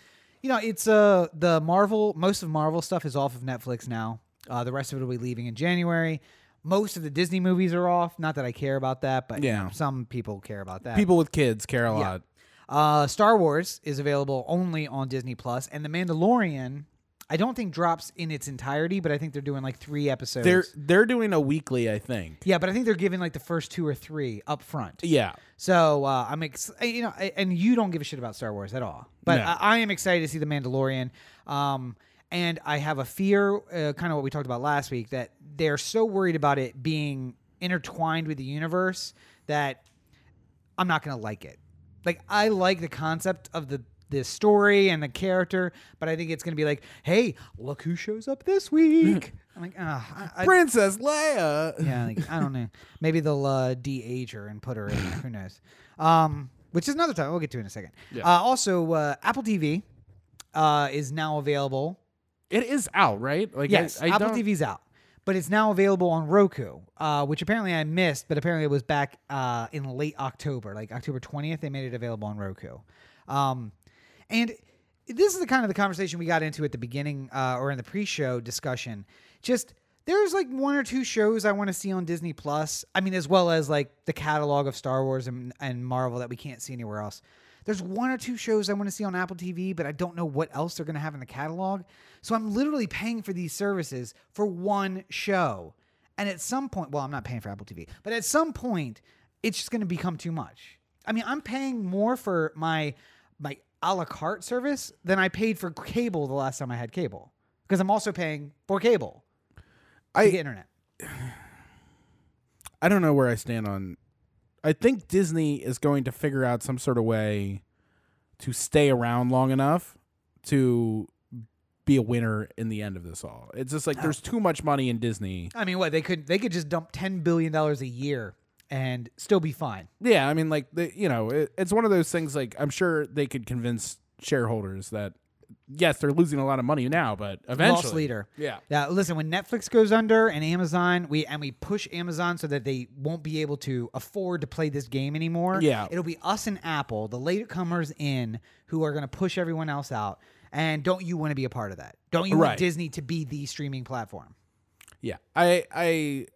you know, it's uh the Marvel. Most of Marvel stuff is off of Netflix now. Uh, the rest of it will be leaving in January. Most of the Disney movies are off. Not that I care about that, but you
Yeah.
know, some people care about that.
people with kids care a lot
Uh, Star Wars is available only on Disney Plus, and The Mandalorian. I don't think drops in its entirety, but I think they're doing like three episodes.
they're they're doing a weekly i think
yeah, but I think they're giving like the first two or three up front.
yeah
So uh, I'm ex- you know, I- and you don't give a shit about Star Wars at all, but
No.
I, I am excited to see the Mandalorian. Um, and I have a fear, uh, kind of what we talked about last week, that they're so worried about it being intertwined with the universe that I'm not gonna like it. Like I like the concept of the the story and the character, but I think it's gonna be like, hey, look who shows up this week. I'm like, ah, I, I,
princess leia
yeah, like, I don't know. Maybe they'll uh, de-age her and put her in. Who knows? Um, which is another time we'll get to in a second.
Yeah.
Uh, also, uh, Apple TV uh, is now available.
it is out right like I-
Yes,
I
Apple
don't-
TV's out, but it's now available on Roku, uh, which apparently I missed, but apparently it was back uh, in late October, like October twentieth. They made it available on Roku, um, and this is the kind of the conversation we got into at the beginning uh, or in the pre-show discussion. Just there's like one or two shows I want to see on Disney Plus. I mean, as well as like the catalog of Star Wars and, and Marvel that we can't see anywhere else. There's one or two shows I want to see on Apple TV, but I don't know what else they're going to have in the catalog. So I'm literally paying for these services for one show. And at some point, well, I'm not paying for Apple TV, but at some point, it's just going to become too much. I mean, I'm paying more for my my a la carte service than I paid for cable the last time I had cable because I'm also paying for cable to
I-
get internet.
I don't know where I stand on. I think Disney is going to figure out some sort of way to stay around long enough to be a winner in the end of this all. It's just like there's too much money in Disney.
I mean, what they could they could just dump ten billion dollars a year and still be fine.
Yeah, I mean, like the, you know, it, it's one of those things. Like I'm sure they could convince shareholders that yes, they're losing a lot of money now, but eventually,
Loss leader.
Yeah.
Now, listen, when Netflix goes under and Amazon, we and we push Amazon so that they won't be able to afford to play this game anymore.
Yeah.
It'll be us and Apple, the latecomers in, who are going to push everyone else out. And don't you want to be a part of that? Don't you
Right.
want Disney to be the streaming platform?
Yeah, I I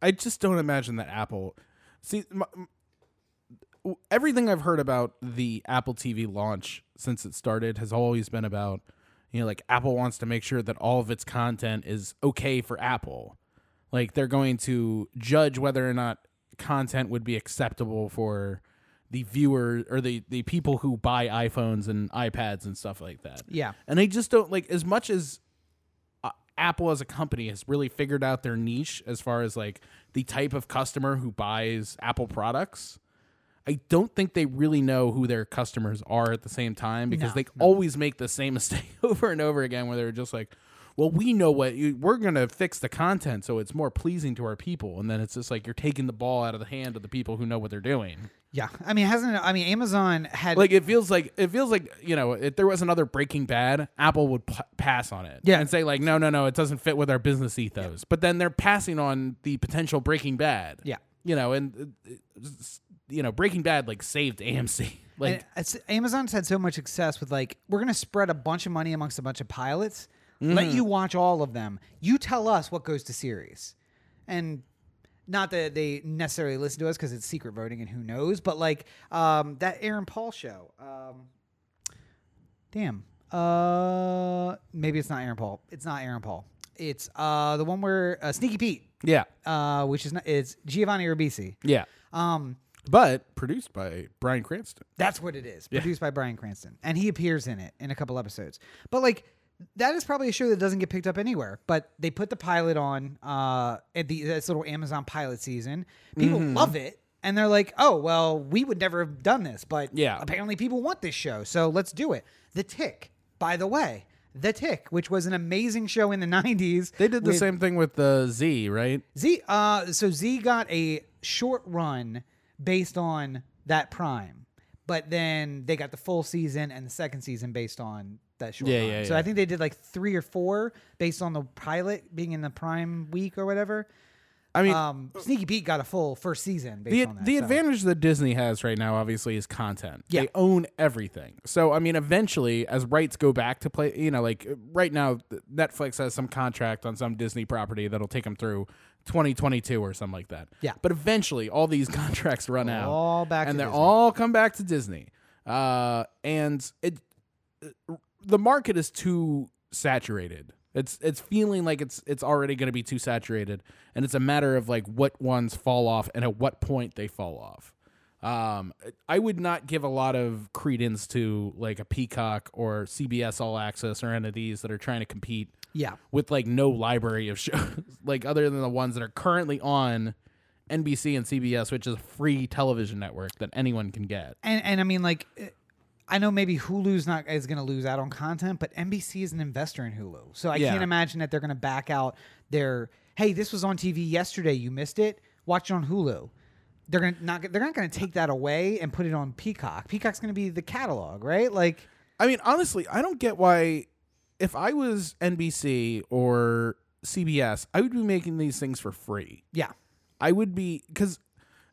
I just don't imagine that Apple. See, m m- w- everything I've heard about the Apple TV launch since it started has always been about you know like Apple wants to make sure that all of its content is okay for Apple. Like they're going to judge whether or not content would be acceptable for the viewer or the the people who buy iPhones and iPads and stuff like that.
Yeah.
And I just don't like as much as uh, Apple as a company has really figured out their niche as far as like the type of customer who buys Apple products. I don't think they really know who their customers are at the same time because
No,
they always make the same mistake over and over again where they're just like, well, we know what you, we're going to fix the content so it's more pleasing to our people. And then it's just like you're taking the ball out of the hand of the people who know what they're doing.
Yeah. I mean, hasn't it- I mean Amazon had
Like it feels like it feels like you know if there was another Breaking Bad, Apple would p- pass on it,
Yeah.
and say like, no, no, no, it doesn't fit with our business ethos. But then they're passing on the potential Breaking Bad,
Yeah.
you know, and uh, s- you know Breaking Bad like saved AMC, like
And it's, Amazon's had so much success with like we're going to spread a bunch of money amongst a bunch of pilots, let you watch all of them. You tell us what goes to series, and not that they necessarily listen to us because it's secret voting and who knows. But like um, that Aaron Paul show, um, damn, uh, maybe it's not Aaron Paul. It's not Aaron Paul. It's uh, the one where uh, Sneaky Pete,
yeah,
uh, which is not, it's Giovanni Ribisi.
yeah.
Um,
But produced by Brian Cranston.
that's what it is. Produced by Brian Cranston. And he appears in it in a couple episodes. But like that is probably a show that doesn't get picked up anywhere. But they put the pilot on uh at the this little Amazon pilot season. People
Mm-hmm.
love it. And they're like, oh well, we would never have done this, but
Yeah.
apparently people want this show, so let's do it. The Tick, by the way, The Tick, which was an amazing show in the 90s.
They did the
with-
same thing with the Z, right?
Z uh so Z got a short run based on that prime. But then they got the full season and the second season based on that short
Yeah,
run.
yeah,
so
yeah.
I think they did like 3 or 4 based on the pilot being in the prime week or whatever.
I mean,
Um Sneaky Pete got a full first season based
the
on that.
the
so.
advantage that Disney has right now, obviously, is content.
Yeah.
They own everything. So I mean, eventually, as rights go back to play, you know, like uh, right now, th- Netflix has some contract on some Disney property that'll take them through 2022 or something like that.
Yeah.
But eventually, all these contracts run out,
All back
and
to
they
Disney.
all come back to Disney. Uh, and it the market is too saturated. It's it's feeling like it's it's already going to be too saturated, and it's a matter of like what ones fall off and at what point they fall off. Um, I would not give a lot of credence to like a Peacock or CBS All Access or any of these that are trying to compete
Yeah.
with like no library of shows, like other than the ones that are currently on NBC and CBS, which is a free television network that anyone can get.
And and I mean like uh, I know maybe Hulu's not is going to lose out on content, but NBC is an investor in Hulu. So I
Yeah.
can't imagine that they're going to back out their hey, this was on TV yesterday, you missed it, watch it on Hulu. They're going to not they're not going to take that away and put it on Peacock. Peacock's going to be the catalog, right? Like
I mean, honestly, I don't get why. If I was NBC or CBS, I would be making these things for free.
yeah.
I would be because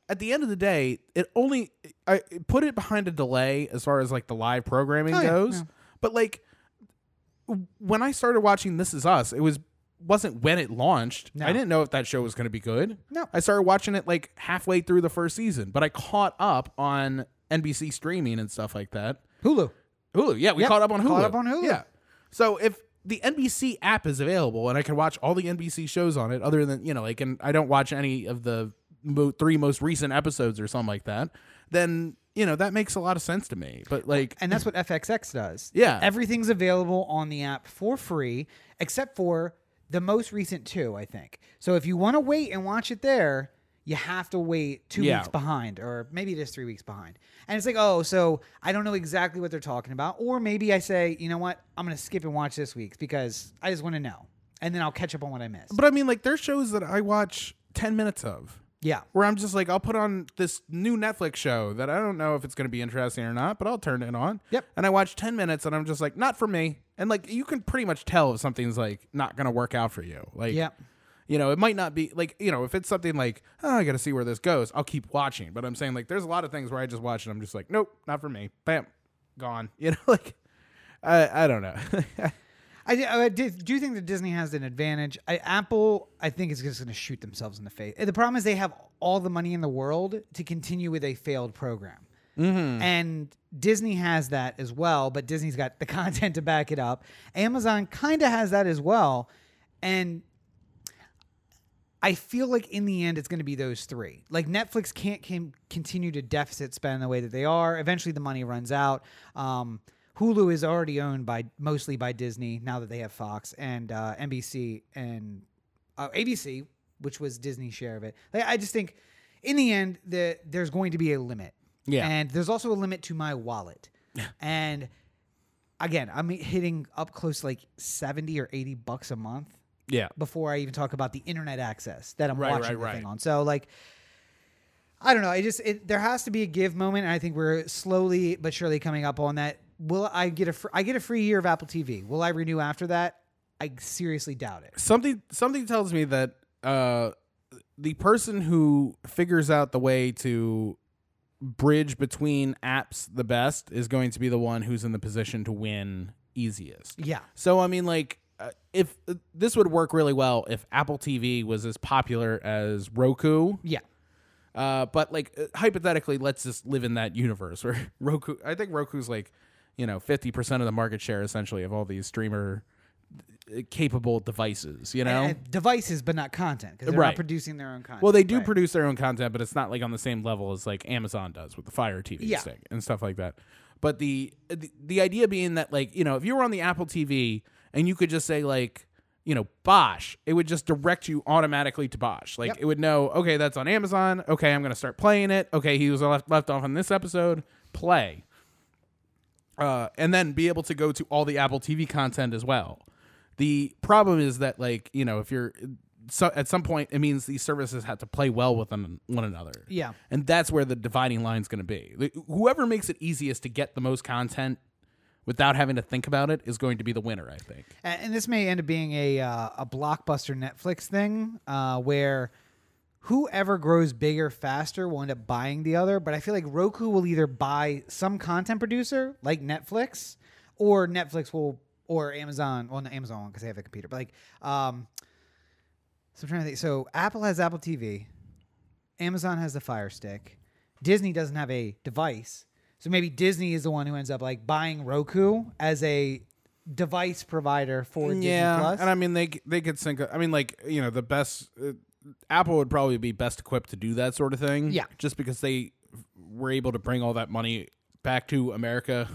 at the end of the day, it only I put it behind a delay as far as like the live programming
Oh, yeah,
goes.
yeah.
But like when I started watching This Is Us, it was wasn't when it launched.
No.
I didn't know if that show was going to be good.
No.
I started watching it like halfway through the first season, but I caught up on NBC streaming and stuff like that.
Hulu.
Hulu. Yeah, we
Yep,
caught up on Hulu.
caught up on Hulu.
Yeah. So if the NBC app is available and I can watch all the NBC shows on it, other than you know, like, and I don't watch any of the mo- three most recent episodes or something like that, then you know that makes a lot of sense to me. But like,
And that's what FXX does.
Yeah.
Everything's available on the app for free except for the most recent two, I think. So if you want to wait and watch it there, you have to wait two
Yeah.
weeks behind, or maybe it is three weeks behind. And it's like, oh, so I don't know exactly what they're talking about. Or maybe I say, you know what? I'm going to skip and watch this week's because I just want to know. And then I'll catch up on what I missed.
but I mean, like, there's shows that I watch ten minutes of.
yeah.
Where I'm just like, I'll put on this new Netflix show that I don't know if it's going to be interesting or not, but I'll turn it on.
Yep.
And I watch 10 minutes and I'm just like, not for me. And like, you can pretty much tell if something's like not going to work out for you. Like,
Yeah.
You know, it might not be like, you know, if it's something like, oh, I got to see where this goes, I'll keep watching. But I'm saying, like, there's a lot of things where I just watch and I'm just like, nope, not for me. Bam, gone. You know, like, I, I don't know.
I, di- I di- do think that Disney has an advantage. I, Apple, I think, is just going to shoot themselves in the face. The problem is they have all the money in the world to continue with a failed program. And Disney has that as well, but Disney's got the content to back it up. Amazon kind of has that as well. And I feel like in the end, it's going to be those three. Like Netflix can't can continue to deficit spend the way that they are. Eventually, the money runs out. Um, Hulu is already owned by mostly by Disney now that they have Fox and uh, NBC and uh, ABC, which was Disney's share of it. Like, I just think in the end, the, there's going to be a limit.
Yeah.
And there's also a limit to my wallet. and again, I'm hitting up close to like 70 or 80 bucks a month
yeah.
before I even talk about the internet access that I'm
Right,
watching
right,
the thing
right.
on. So like, I don't know. I just it, there has to be a give moment, and I think we're slowly but surely coming up on that. Will I get a fr- I get a free year of Apple TV? Will I renew after that? I seriously doubt it.
something something tells me that uh the person who figures out the way to bridge between apps the best is going to be the one who's in the position to win easiest
Yeah,
so i mean like uh, if uh, this would work really well if apple tv was as popular as roku
yeah,
uh, but like uh, hypothetically, let's just live in that universe where Roku. I think Roku's like you know fifty percent of the market share essentially of all these streamer uh, capable devices. You know,
And devices, but not content because they're
Right.
not producing their own content.
well, they do
Right.
produce their own content, but it's not like on the same level as like Amazon does with the Fire TV
Yeah.
stick and stuff like that. But the, the the idea being that like you know if you were on the Apple TV and you could just say like you know Bosch, it would just direct you automatically to Bosch. Like
Yep.
it would know okay that's on Amazon. Okay, I'm gonna start playing it. Okay, he was left left off on this episode. Play. uh, and then be able to go to all the Apple TV content as well. The problem is that, like, you know, if you're so at some point, it means these services have to play well with them, one another.
Yeah.
and that's where the dividing line is going to be. Like, Whoever makes it easiest to get the most content without having to think about it is going to be the winner. I think.
A- and this may end up being a uh, a blockbuster Netflix thing uh, where whoever grows bigger faster will end up buying the other. But I feel like Roku will either buy some content producer like Netflix, or Netflix will or Amazon. Well, not Amazon because they have a computer. But like, um, so I'm trying to think. So Apple has Apple TV, Amazon has the Fire Stick, Disney doesn't have a device. So maybe Disney is the one who ends up like buying Roku as a device provider for Disney Plus.
and I mean they c- they could sync. I mean, like you know, the best uh, Apple would probably be best equipped to do that sort of thing.
Yeah.
just because they were able to bring all that money back to America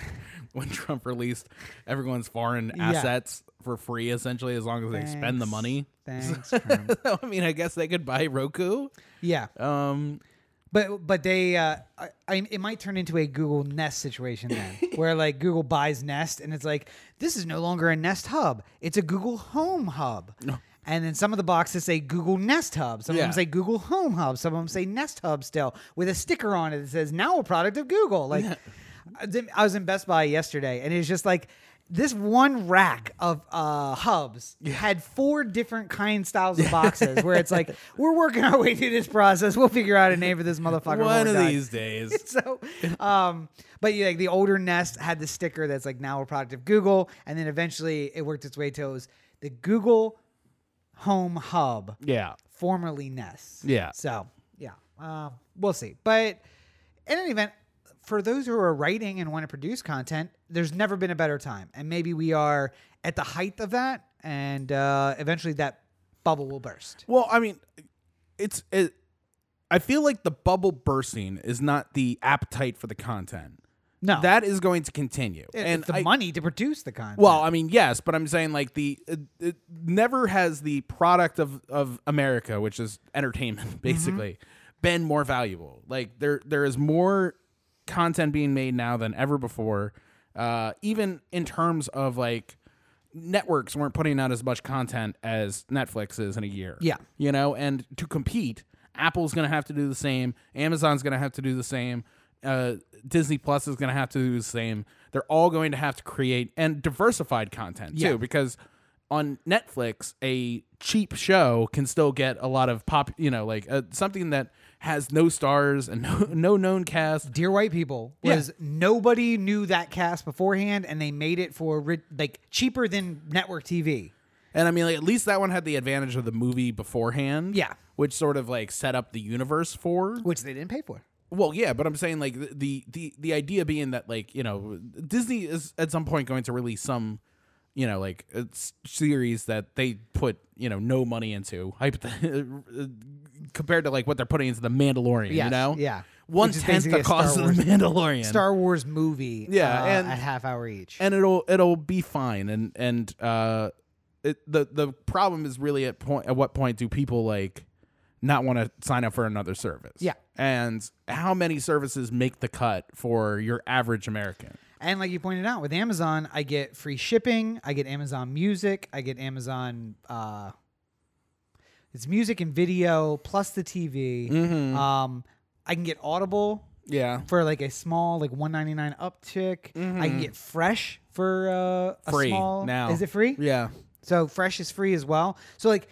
when Trump released everyone's foreign
Yeah.
assets for free, essentially, as long as they spend the
Thanks.
money.
Thanks. Kerm.
So, I mean, I guess they could buy Roku.
yeah,
Um,
but but they uh, I, I, it might turn into a Google Nest situation then, where like Google buys Nest and it's like this is no longer a Nest Hub, it's a Google Home Hub. And then some of the boxes say Google Nest Hub. Some of
Yeah.
them say Google Home Hub. Some of them say Nest Hub still with a sticker on it that says now a product of Google. Like I did- I was in Best Buy yesterday and it's just like this one rack of uh, hubs had four different kind styles of boxes where it's like we're working our way through this process. We'll figure out a name for this motherfucker. when
one
we're
of
done.
these days.
So, um, but yeah, like the older Nest had the sticker that's like now a product of Google, and then eventually it worked its way to it was the Google Home Hub,
yeah,
formerly Nest.
Yeah.
So yeah, uh, we'll see. But in any event, for those who are writing and want to produce content, there's never been a better time, and maybe we are at the height of that, and uh, eventually that bubble will burst.
Well, I mean, it's it. I feel like the bubble bursting is not the appetite for the content.
No,
That is going to continue,
It-
and
it's the
I,
money to produce the content.
well, I mean, yes, but I'm saying like the it, it never has the product of of America, which is entertainment, basically,
Mm-hmm.
been more valuable. Like there there is more content being made now than ever before. Uh, even in terms of like networks weren't putting out as much content as Netflix is in a year.
Yeah.
you know, and to compete, Apple's going to have to do the same. Amazon's going to have to do the same. Uh, Disney Plus is going to have to do the same. They're all going to have to create and diversified content too,
Yeah.
because on Netflix, a cheap show can still get a lot of pop. You know, like uh, something that has no stars and no, no known cast.
Dear White People
Yeah.
was nobody knew that cast beforehand, and they made it for ri- like cheaper than network TV.
And I mean, like, at least that one had the advantage of the movie beforehand.
Yeah.
Which sort of like set up the universe for
which they didn't pay for.
Well, yeah, but I'm saying like the the the idea being that like you know Disney is at some point going to release some you know like a s- series that they put you know no money into hypothet- compared to like what they're putting into the Mandalorian. You
Yes,
know,
yeah.
one
Which is
tenth
basically
the
a
cost
Star
of the Mandalorian.
Star Wars movie,
Yeah,
uh,
and-
at half hour each.
and it'll it'll be fine. And and uh, it, the the problem is really at point at what point do people like not want to sign up for another service?
Yeah.
and how many services make the cut for your average American?
And like you pointed out, with Amazon, I get free shipping, I get Amazon Music, I get Amazon. Uh, it's music and video plus the TV.
Mm-hmm.
Um, I can get Audible
Yeah,
for like a small like 199 uptick. I can get Fresh for uh, a
Mm-hmm. free
small.
now.
Is it free?
Yeah,
So Fresh is free as well. So like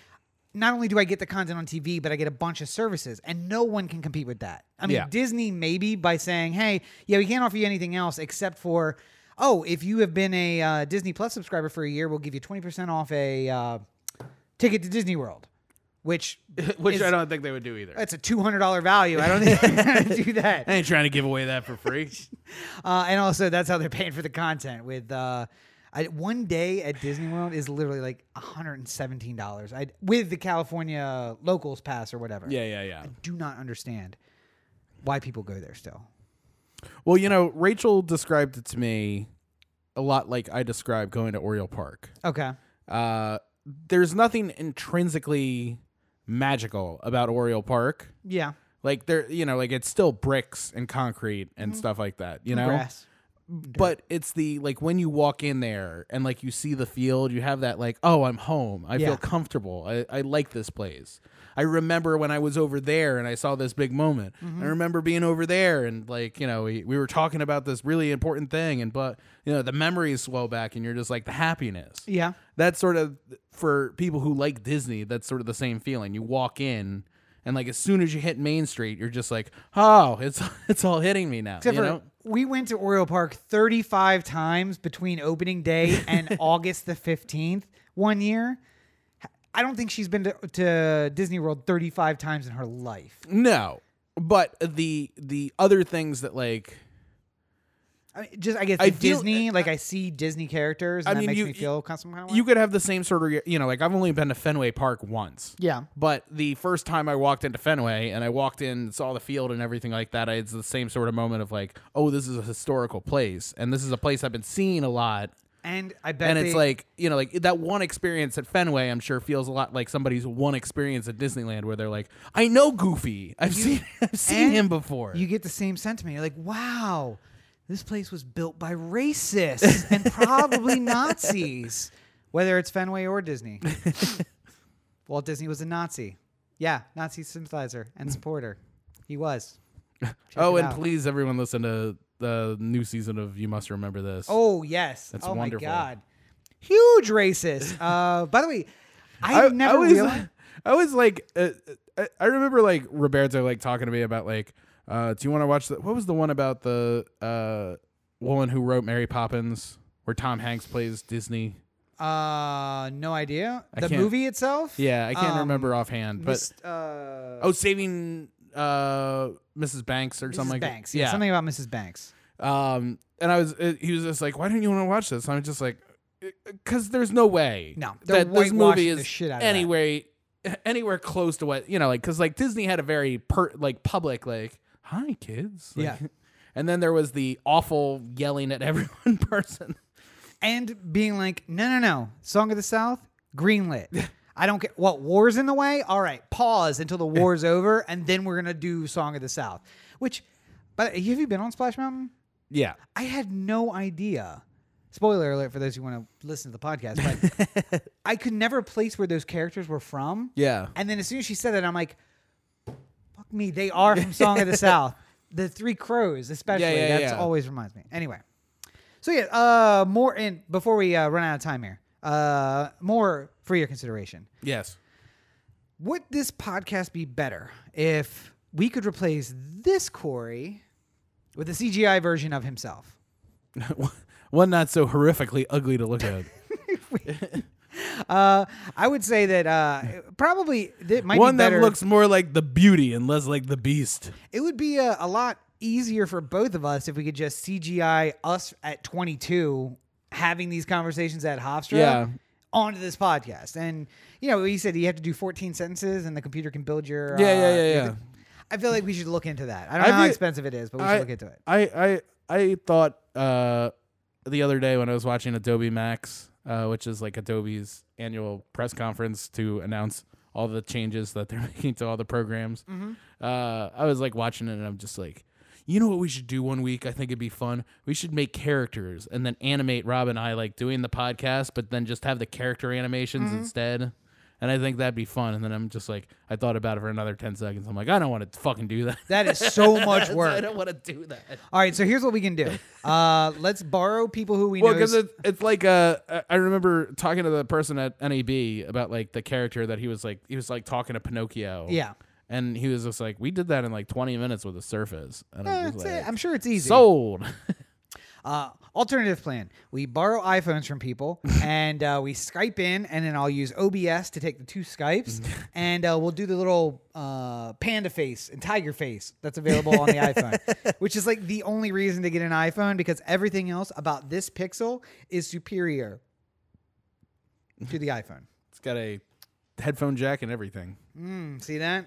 not only do I get the content on TV, but I get a bunch of services and no one can compete with that. I mean,
Yeah.
Disney maybe by saying, "Hey, yeah, we can't offer you anything else except for oh, if you have been a uh, Disney Plus subscriber for a year, we'll give you 20% off a uh, ticket to Disney World." Which
which
is-
I don't think they would do either.
that's a $200 value. I don't think they're going to do that.
I ain't trying to give away that for free.
Uh, and also, that's how they're paying for the content. With uh, I, one day at Disney World is literally like one hundred and seventeen dollars. I with the California locals pass or whatever.
yeah, yeah, yeah.
do not understand why people go there still.
Well, you know, Rachel described it to me a lot like I described going to Oriole Park.
Okay,
Uh, there's nothing intrinsically magical about Oriole Park.
yeah,
Like there, you know, like it's still bricks and concrete and stuff like that. You know,
grass.
But it's the like when you walk in there and like you see the field, you have that like, oh, I'm home. I
Yeah.
feel comfortable. I, I like this place. I remember when I was over there and I saw this big moment.
Mm-hmm.
I remember being over there and like, you know, we, we were talking about this really important thing and but you know, the memories swell back and you're just like the happiness.
Yeah.
That's sort of for people who like Disney, that's sort of the same feeling. You walk in and like as soon as you hit Main Street, you're just like, Oh, it's it's all hitting me now.
Except
you
for
know?
we went to Oriole Park 35 times between opening day and August the 15th one year. I don't think she's been to, to Disney World 35 times in her life.
No, but the the other things that like
I mean, just I guess
I
the
feel-
Disney, like I see Disney characters, and
mean,
that makes
you-
me feel kind some kind of way.
you could have the same sort of you know like I've only been to Fenway Park once.
yeah,
But the first time I walked into Fenway and I walked in, saw the field and everything like that, I, it's the same sort of moment of like, oh, this is a historical place, and this is a place I've been seeing a lot,
and I bet
and it's
they-
like you know like that one experience at Fenway, I'm sure feels a lot like somebody's one experience at Disneyland where they're like, I know Goofy, I've seen I've seen
and
him before.
You get the same sentiment. You're like, wow, this place was built by racists and probably Nazis, whether it's Fenway or Disney. Walt Disney was a Nazi. Yeah, Nazi sympathizer
Mm.
and supporter. He was. Check
oh,
it
and
out.
please, everyone, listen to the new season of You Must Remember This.
Oh, yes.
That's
oh,
wonderful.
my God. Huge racist. Uh, by the way, I, have never
always,
realized.
I always like. Uh, I, I remember like Roberto like talking to me about like, uh, do you want to watch the what was the one about the uh, woman who wrote Mary Poppins where Tom Hanks plays Disney?
Uh, no idea. The
can't-
movie itself?
Yeah, I can't
Um,
remember offhand, but
Mis- uh,
oh, saving uh Mrs. Banks or
Mrs.
something like
Banks.
that.
yeah, something about Mrs. Banks.
Um, and I was, uh, he was just like, "Why don't you want to watch this?" And I'm just like, "Uh, "Cause there's no way,
No, they're
that this
whitewashing
movie
the
is
shit out of that.
anywhere, anywhere close to what you know, like, cause like Disney had a very per, like public, like, "Hi, kids," like,
Yeah.
and then there was the awful yelling at everyone person.
and being like, no, no, no, Song of the South, greenlit. I don't get what war's in the way. All right, pause until the war's over, and then we're gonna do Song of the South. Which, but have you been on Splash Mountain?
Yeah,
I had no idea. Spoiler alert for those who want to listen to the podcast, but I could never place where those characters were from.
yeah,
And then as soon as she said that, I'm like, fuck me, they are from Song of the South. The Three Crows, especially.
Yeah, yeah,
That's
yeah.
always reminds me. Anyway. So yeah, uh more and before we uh, run out of time here, uh more for your consideration.
yes,
Would this podcast be better if we could replace this Corey with a CGI version of himself?
one not so horrifically ugly to look at,
Uh, I would say that uh, probably that might
one
be
that
better.
looks more like the beauty and less like the beast.
It would be a, a lot easier for both of us if we could just CGI us at 22 having these conversations at Hofstra
Yeah.
onto this podcast. And, you know, you said you have to do 14 sentences and the computer can build your.
Yeah,
uh,
yeah, yeah,
your-
yeah.
I feel like we should look into that. I
I
don't know how
feel-
expensive it is, but we should
I-
look into it.
I I I thought uh, the other day when I was watching Adobe Max, uh, which is like Adobe's annual press conference to announce all the changes that they're making to all the programs.
Mm-hmm.
Uh, I was like watching it, and I'm just like. You know what we should do one week? I think it'd be fun. We should make characters and then animate Rob and I like doing the podcast, but then just have the character animations
Mm-hmm.
instead. And I think that'd be fun. And then I'm just like, I thought about it for another ten seconds. I'm like, I don't want to fucking do that.
That is so much
I
work.
don't want to do that.
All right, so here's what we can do. Uh, let's borrow people who we
Well,
know.
because it's, it's like uh, I- I remember talking to the person at NAB about like the character that he was like he was like talking to Pinocchio.
Yeah.
and he was just like, "We did that in like 20 minutes with a surface." And
Eh,
I'm
it's
just
a-
like,
I'm sure it's easy.
sold.
Uh, alternative plan: we borrow iPhones from people and uh, we Skype in, and then I'll use OBS to take the two Skypes, and uh, we'll do the little uh, panda face and tiger face that's available on the iPhone, which is like the only reason to get an iPhone because everything else about this Pixel is superior to the iPhone.
it's got a headphone jack and everything.
Mm, see that?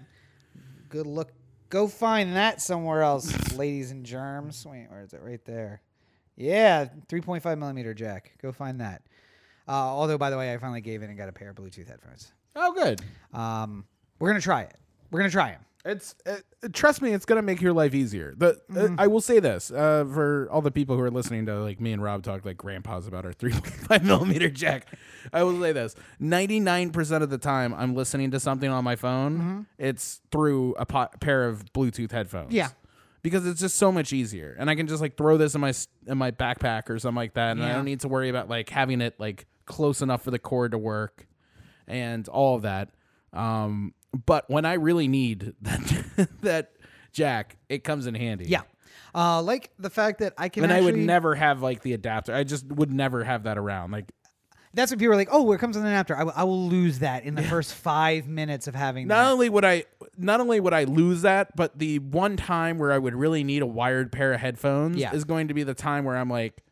Good look. Go find that somewhere else, ladies and germs. Wait, where is it? Right there. Yeah, 3.5 millimeter jack. Go find that. Uh, although, by the way, I finally gave in and got a pair of Bluetooth headphones.
Oh, good.
Um, we're gonna try it. We're gonna try them.
It's uh, trust me, it's gonna make your life easier. The
Mm-hmm.
uh, I will say this uh, for all the people who are listening to like me and Rob talk like grandpas about our three point five millimeter jack. I will say this: ninety nine percent of the time I'm listening to something on my phone,
Mm-hmm.
it's through a po- pair of Bluetooth headphones.
Yeah.
because it's just so much easier, and I can just like throw this in my s- in my backpack or something like that, and I
Yeah.
don't need to worry about like having it like close enough for the cord to work and all of that. Um, but when I really need that that jack, it comes in handy.
Yeah. Uh, like the fact that I can
And I would
actually-
never have like the adapter. I just would never have that around. Like
That's what people are like. Oh, where comes an adapter? I will- I will lose that in the first five minutes of having
not
that.
only would I not only would I lose that, but the one time where I would really need a wired pair of headphones
Yeah.
is going to be the time where I'm like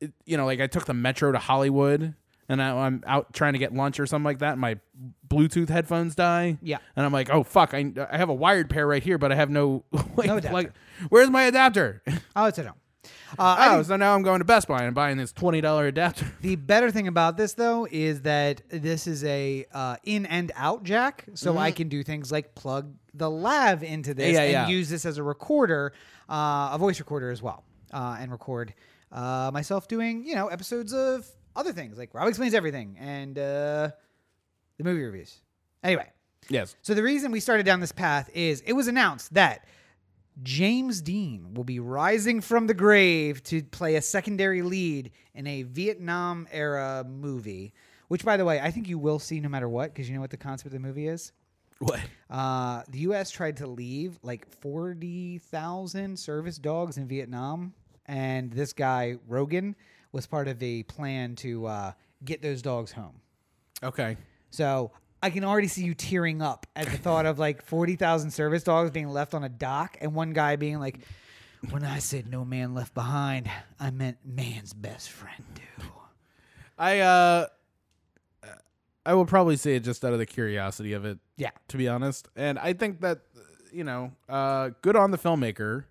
it- you know, like I took the metro to Hollywood and I, I'm out trying to get lunch or something like that and my Bluetooth headphones die.
Yeah.
And I'm like, "Oh fuck, I, I have a wired pair right here, but I have no like,
adapter.
like where's my adapter?"
Oh, it's a no. Uh, I
Oh, so now I'm going to Best Buy and buying this twenty dollar adapter.
The better thing about this, though, is that this is a uh, in and out jack, so I can do things like plug the lav into this
Mm-hmm. Yeah,
and
yeah.
use this as a recorder, uh, a voice recorder as well, uh, and record uh, myself doing you know episodes of other things like Rob explains everything and uh, the movie reviews. Anyway,
Yes.
so the reason we started down this path is it was announced that James Dean will be rising from the grave to play a secondary lead in a Vietnam era movie. Which, by the way, I think you will see no matter what, because you know what the concept of the movie is.
What?
Uh, the U.S. tried to leave like forty thousand service dogs in Vietnam, and this guy Rogan was part of a plan to uh, get those dogs home.
Okay.
So I can already see you tearing up at the thought of like 40,000 service dogs being left on a dock and one guy being like, when I said no man left behind, I meant man's best friend, too.
I uh, I will probably say it just out of the curiosity of it,
Yeah.
to be honest. And I think that you know, uh, good on the filmmaker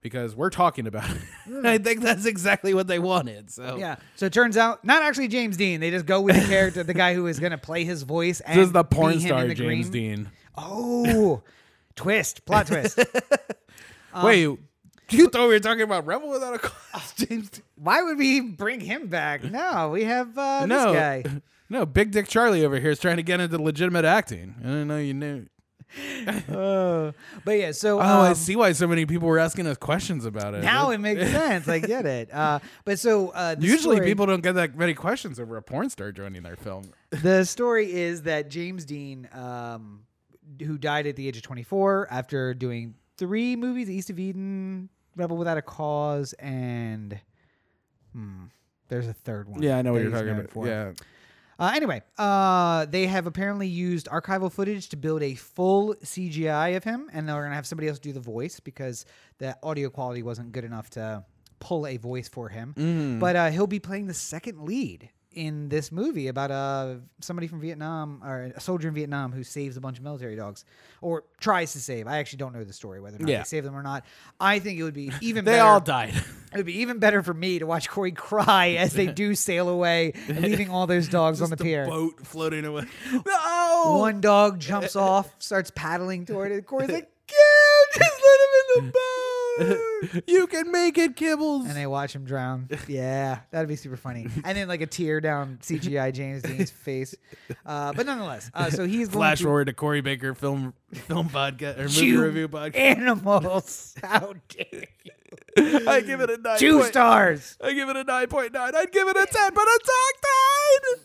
because we're talking about it. I think that's exactly what they wanted. So
Hmm. Yeah. So it turns out, not actually James Dean. They just go with the character, the guy who is going to play his voice. And
This is the porn
be him in
star
the
James
green.
Dean.
Oh, twist, plot twist. Um,
Wait, you thought we were talking about Rebel Without a Cause, James? Dean?
Why would we bring him back? No, we have uh,
No,
this guy.
no, Big Dick Charlie over here is trying to get into legitimate acting. I didn't know you knew.
Uh, but yeah, so.
Oh, I
um,
see why so many people were asking us questions about it.
Now it makes sense. I get it. Uh, but so uh, the
Usually
story-
people don't get that many questions over a porn star joining their film.
The story is that James Dean, um, who died at the age of 24 after doing three movies: East of Eden, Rebel Without a Cause, and hmm, there's a third one. that he's known for.
Yeah.
Uh, anyway, uh, they have apparently used archival footage to build a full CGI of him, and they're going to have somebody else do the voice because the audio quality wasn't good enough to pull a voice for him.
Mm.
But uh, he'll be playing the second lead in this movie about uh, somebody from Vietnam or a soldier in Vietnam who saves a bunch of military dogs or tries to save. I actually don't know the story whether or not
Yeah.
they save them or not. I think it would be even
They
better.
all died.
It would be even better for me to watch Corey cry as they do sail away, leaving all those dogs on the pier.
boat floating away. No!
One dog jumps off, starts paddling toward it. Corey's like, "Dude, just let him in the boat!"
you can make it, Kibbles.
And they watch him drown. Yeah, that'd be super funny. And then like a tear down CGI James Dean's face. Uh, but nonetheless, uh, so he's going
Flash
to-
forward to Corey Baker film film podcast or movie
You
review podcast.
Animals, how dare you?
I give it a nine.
Two
point-
stars.
I give it a nine point nine. I'd give it a ten, but a dog died.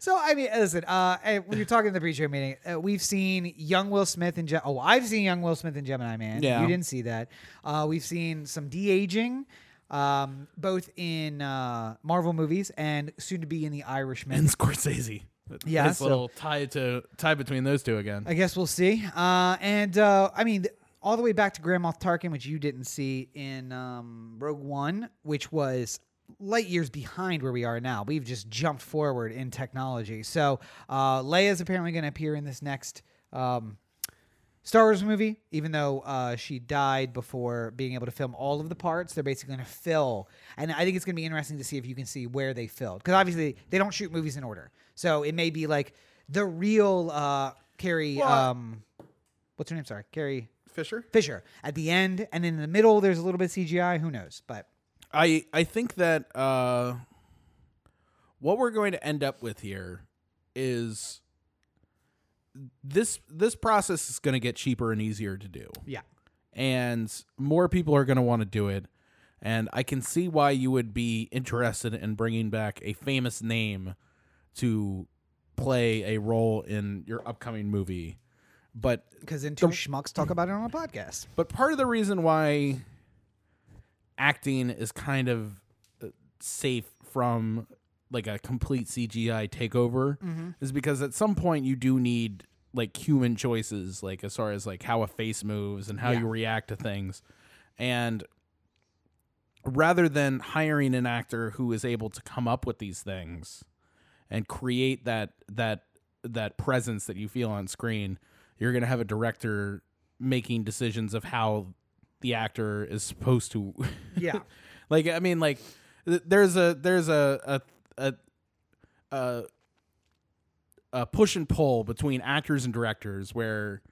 So I mean, listen. Uh, eh, we were talking in the pre-show meeting. Uh, we've seen young Will Smith and Ge- oh, I've seen young Will Smith and Gemini Man.
Yeah.
you didn't see that. Uh, we've seen some de aging, um, both in uh, Marvel movies and soon to be in The Irishman.
And Scorsese.
Yeah,
Nice
so-
little tie to tie between those two again.
I guess we'll see. Uh, and uh, I mean, th- all the way back to Grand Moff Tarkin, which you didn't see in um, Rogue One, which was light years behind where we are now. We've just jumped forward in technology. So uh, Leia's apparently going to appear in this next. Um, Star Wars movie, even though uh, she died before being able to film all of the parts, they're basically going to fill. And I think it's going to be interesting to see if you can see where they filled. Because obviously, they don't shoot movies in order. So it may be like the real uh, Carrie.
Well, I-
um, what's her name? Sorry, Carrie
Fisher.
Fisher at the end, and then in the middle, there's a little bit of CGI. Who knows? But
I I think that uh, what we're going to end up with here is this this process is going to get cheaper and easier to do,
yeah,
and more people are going to want to do it. And I can see why you would be interested in bringing back a famous name to play a role in your upcoming movie. But
because then two schmucks talk about it on a podcast.
but part of the reason why acting is kind of uh, safe from like a complete CGI takeover is because at some point you do need like human choices, like as far as like how a face moves and how
Yeah.
you react to things. And rather than hiring an actor who is able to come up with these things and create that that that presence that you feel on screen, you're going to have a director making decisions of how the actor is supposed to
Yeah,
like I mean like th- there's a there's a a a a, a push and pull between actors and directors where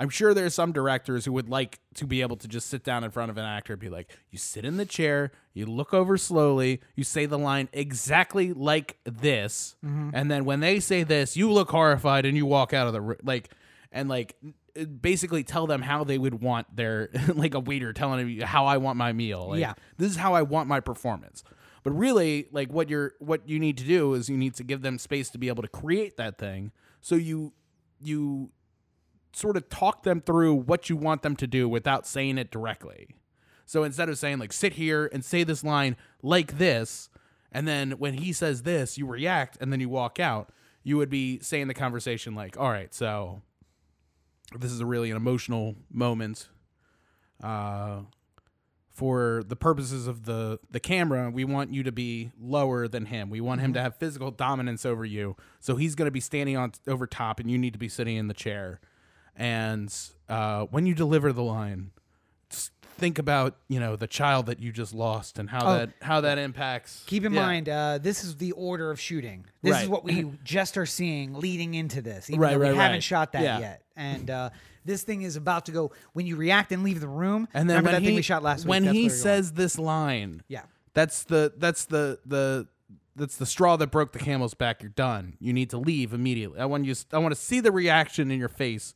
I'm sure there's some directors who would like to be able to just sit down in front of an actor and be like, you sit in the chair, you look over slowly, you say the line exactly like this, and then when they say this, you look horrified and you walk out of the room, like, and like n- basically tell them how they would want their like a waiter telling you how I want my meal. Like,
Yeah.
this is how I want my performance. But really, like what you're what you need to do is you need to give them space to be able to create that thing. So you you sort of talk them through what you want them to do without saying it directly. So instead of saying like sit here and say this line like this, and then when he says this, you react and then you walk out, you would be saying the conversation like, all right, so this is a really an emotional moment. Uh for the purposes of the the camera, we want you to be lower than him. We want him
Mm-hmm.
to have physical dominance over you. So he's going to be standing on over top, and you need to be sitting in the chair. And uh, when you deliver the line, just think about you know the child that you just lost and how
Oh.
that how that impacts.
keep in
Yeah.
mind uh, this is the order of shooting. This is
Right.
what we just are seeing leading into this. Even
Right,
though we
right,
haven't
right.
shot that
Yeah.
yet, and uh, this thing is about to go. When you react and leave the room,
And then
remember
when
that
he
thing we shot last week.
when
that's
he
where you're going.
says this line,
Yeah.
that's the that's the the that's the straw that broke the camel's back. You're done. You need to leave immediately. I want you. I want to see the reaction in your face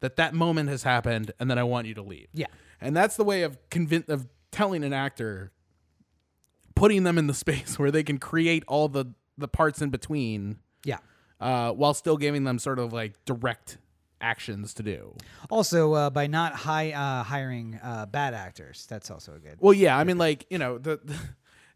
that that moment has happened, and then I want you to leave.
Yeah.
and that's the way of convin- of telling an actor, putting them in the space where they can create all the the parts in between,
yeah.
uh, while still giving them sort of like direct actions to do.
Also, uh, by not high, uh, hiring uh, bad actors, that's also a good.
Well, yeah, I mean, like you know, the, the-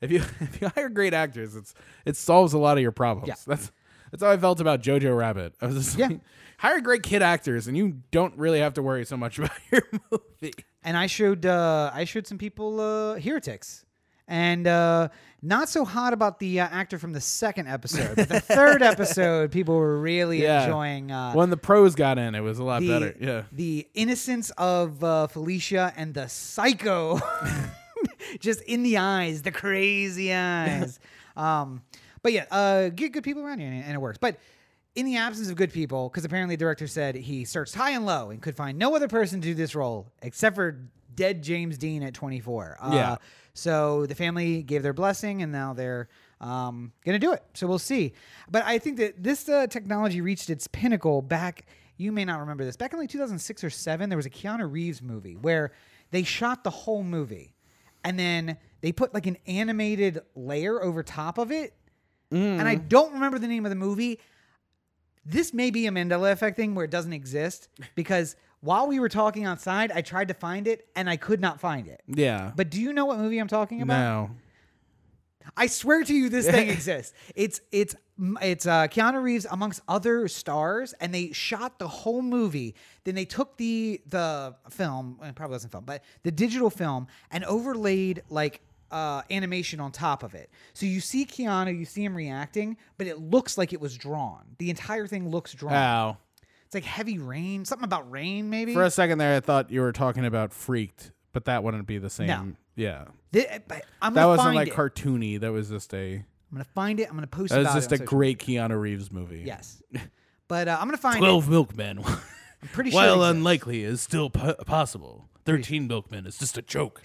if you if you hire great actors, it's it solves a lot of your problems.
Yeah.
That's that's how I felt about Jojo Rabbit. I was just
Yeah.
like, hire great kid actors, and you don't really have to worry so much about your movie.
And I showed uh, I showed some people uh, heretics, and uh, not so hot about the uh, actor from the second episode, but the third episode, people were really
Yeah.
enjoying. Uh,
when the pros got in, it was a lot
the,
better. Yeah,
the innocence of uh, Felicia and the psycho, just in the eyes, the crazy eyes. um, but yeah, uh, get good people around you, and, and it works. But in the absence of good people, because apparently the director said he searched high and low and could find no other person to do this role except for dead James Dean at 24. Uh,
Yeah.
So the family gave their blessing, and now they're um, going to do it. So we'll see. But I think that this uh, technology reached its pinnacle back. You may not remember this. Back in like 2006 or seven, there was a Keanu Reeves movie where they shot the whole movie, and then they put like an animated layer over top of it. And I don't remember the name of the movie. This may be a Mandela effect thing where it doesn't exist because while we were talking outside, I tried to find it and I could not find it.
yeah.
But um, do you know what movie I'm talking about?
no,
I swear to you, this thing exists. It's it's it's uh, Keanu Reeves amongst other stars, and they shot the whole movie. Then they took the the film, and it probably wasn't film, but the digital film, and overlaid like uh, animation on top of it. So you see Keanu, you see him reacting, but it looks like it was drawn. The entire thing looks drawn.
wow.
It's like heavy rain, something about rain, maybe.
For a second there, I thought you were talking about Freaked, but that wouldn't be the same.
No.
Yeah,
Th- but I'm
that
gonna
wasn't
find
like
it.
cartoony. That was just a
I'm gonna find it. I'm gonna post
that
it.
was just a great Keanu Reeves movie.
Yes. But uh, I'm gonna find
Twelve milkmen,
it. Pretty sure. it
while
exists.
unlikely, is still po- possible. Thirteen milkmen is just a joke.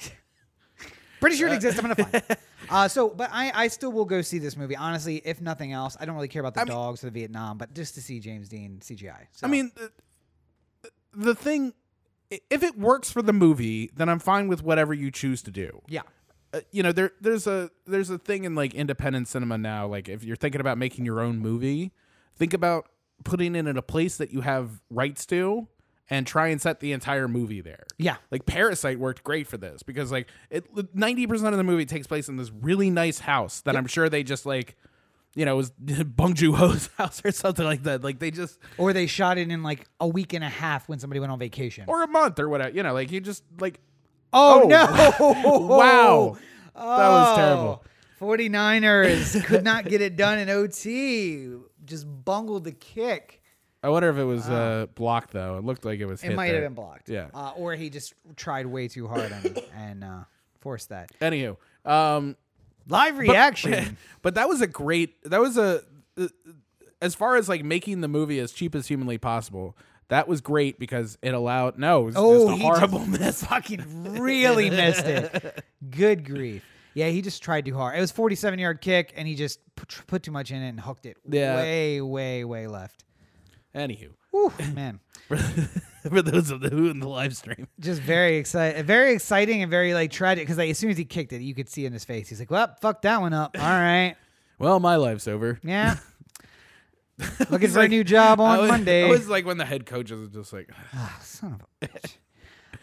Pretty sure it exists. I'm gonna find. it. Uh, so, but I, I still will go see this movie. Honestly, if nothing else, I don't really care about the dogs or the Vietnam, but just to see James Dean CGI. So,
I mean, the, the thing, i- if it works for the movie, then I'm fine with whatever you choose to do.
yeah,
Uh, you know, there there's a there's a thing in like independent cinema now. Like, if you're thinking about making your own movie, think about putting it in a place that you have rights to, and try and set the entire movie there.
yeah,
Like Parasite worked great for this because like it ninety percent of the movie takes place in this really nice house that I'm sure they just like, you know, it was Bong Joon Ho's house or something like that. Like they just
or they shot it in like a week and a half when somebody went on vacation.
or a month or whatever. You know, like you just like
oh,
oh.
no!
wow, that was
Oh,
terrible.
49ers could not get it done in OT. Just bungled the kick.
I wonder if it was uh, blocked though. It looked like it was.
Ah. It might have been blocked.
Yeah.
Uh, or he just tried way too hard and, and uh, forced that.
Anywho, um,
Live reaction.
but that was a great. That was a. Uh, as far as like making the movie as cheap as humanly possible, that was great because it allowed. No, it was
oh,
just
he
a horrible
just
mess.
Fucking really missed it. Good grief. Yeah, he just tried too hard. It was 47 yard kick, and he just put, put too much in it and hooked it
Yeah.
way, way, way left.
Anywho,
Whew, man.
for, for those of the who in the live stream,
just very exciting, very exciting, and very like tragic. Because like as soon as he kicked it, you could see in his face. He's like, "Well, fuck that one up. All right,
well, my life's over.
yeah." Looking
He's
for
like-
a new job on
I was,
Monday.
I was like when the head coach is just like,
Ah, son of a bitch.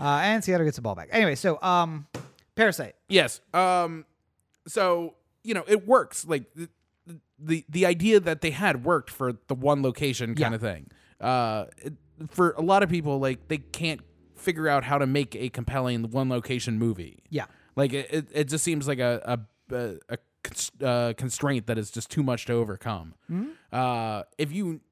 uh, and Seattle gets the ball back. Anyway, so um, Parasite.
Yes. Um. So you know it works. Like the the, the idea that they had worked for the one location kind
Yeah.
of thing. Uh, it, for a lot of people, like they can't figure out how to make a compelling one location movie.
Yeah,
Like it, it, it just seems like a a a, a cons- uh, constraint that is just too much to overcome.
Mm-hmm.
Uh, if you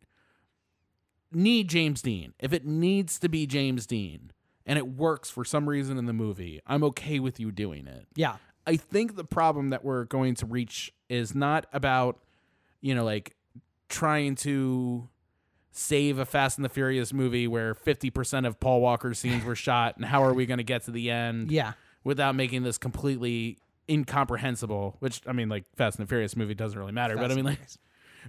need James Dean, if it needs to be James Dean, and it works for some reason in the movie, I'm okay with you doing it.
yeah,
I think the problem that we're going to reach is not about, you know, like trying to save a Fast and the Furious movie where 50% of Paul Walker's scenes were shot and how are we going to get to the end
yeah,
without making this completely incomprehensible, which I mean like Fast and the Furious movie doesn't really matter, but I mean like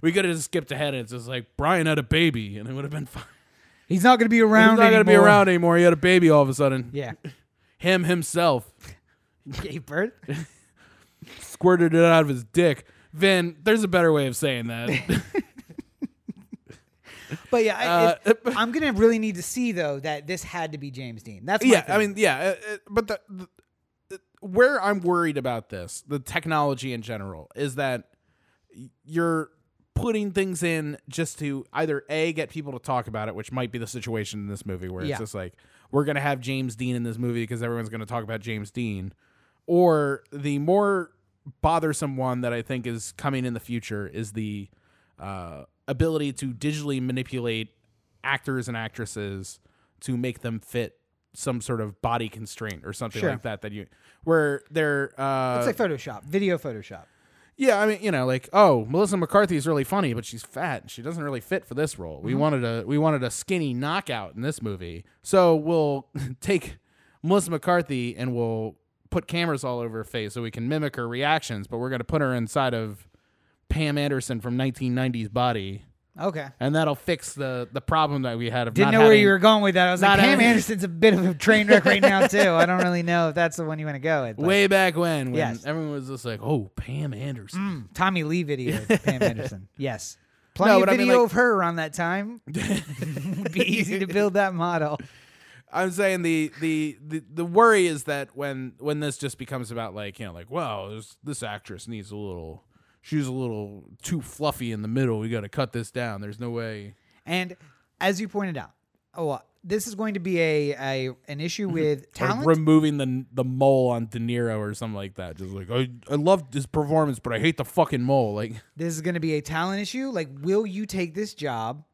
we could have just skipped ahead and it's just like Brian had a baby and it would have been fine.
he's not gonna be around.
He's not going to be
anymore.
around anymore. He had a baby all of a sudden.
Yeah,
Him himself.
gave birth.
squirted it out of his dick. Vin, there's a better way of saying that.
But yeah, I,
Uh,
it- I'm gonna really need to see though that this had to be James Dean. That's my
yeah, I
thing.
mean, yeah, uh, uh, but the, the uh, where I'm worried about this, the technology in general, is that y- you're putting things in just to either a get people to talk about it, which might be the situation in this movie where
Yeah.
it's just like we're gonna have James Dean in this movie because everyone's gonna talk about James Dean, or the more bothersome one that I think is coming in the future is the uh, ability to digitally manipulate actors and actresses to make them fit some sort of body constraint or something
Sure.
like that that you where they're uh
it's like Photoshop, video Photoshop.
yeah, I mean, you know, like, oh, Melissa McCarthy's really funny, but she's fat and she doesn't really fit for this role.
Mm-hmm.
We wanted a we wanted a skinny knockout in this movie. So we'll take Melissa McCarthy and we'll put cameras all over her face so we can mimic her reactions, but we're gonna put her inside of Pam Anderson from 1990s body,
Okay.
and that'll fix the the problem that we had of
Didn't
not
know where
having-
you were going with that. I was
not
like, Pam
having-
Anderson's a bit of a train wreck right now too. I don't really know if that's the one you want to go with. but-
way back when when
Yes.
everyone was just like, oh, Pam Anderson.
Mm, Tommy Lee video with Pam Anderson. Yes. Plenty
but
of
I mean,
video
like-
of her around that time. Would be easy to build that model.
I'm saying the, the the the worry is that when when this just becomes about like you know like well this, this actress needs a little she's a little too fluffy in the middle we got to cut this down there's no way
And as you pointed out, oh, uh, this is going to be a, a an issue
Mm-hmm.
with
Or
talent.
removing the the mole on De Niro or something like that just like I I love this performance but I hate the fucking mole like
this is going to be a talent issue. Like, will you take this job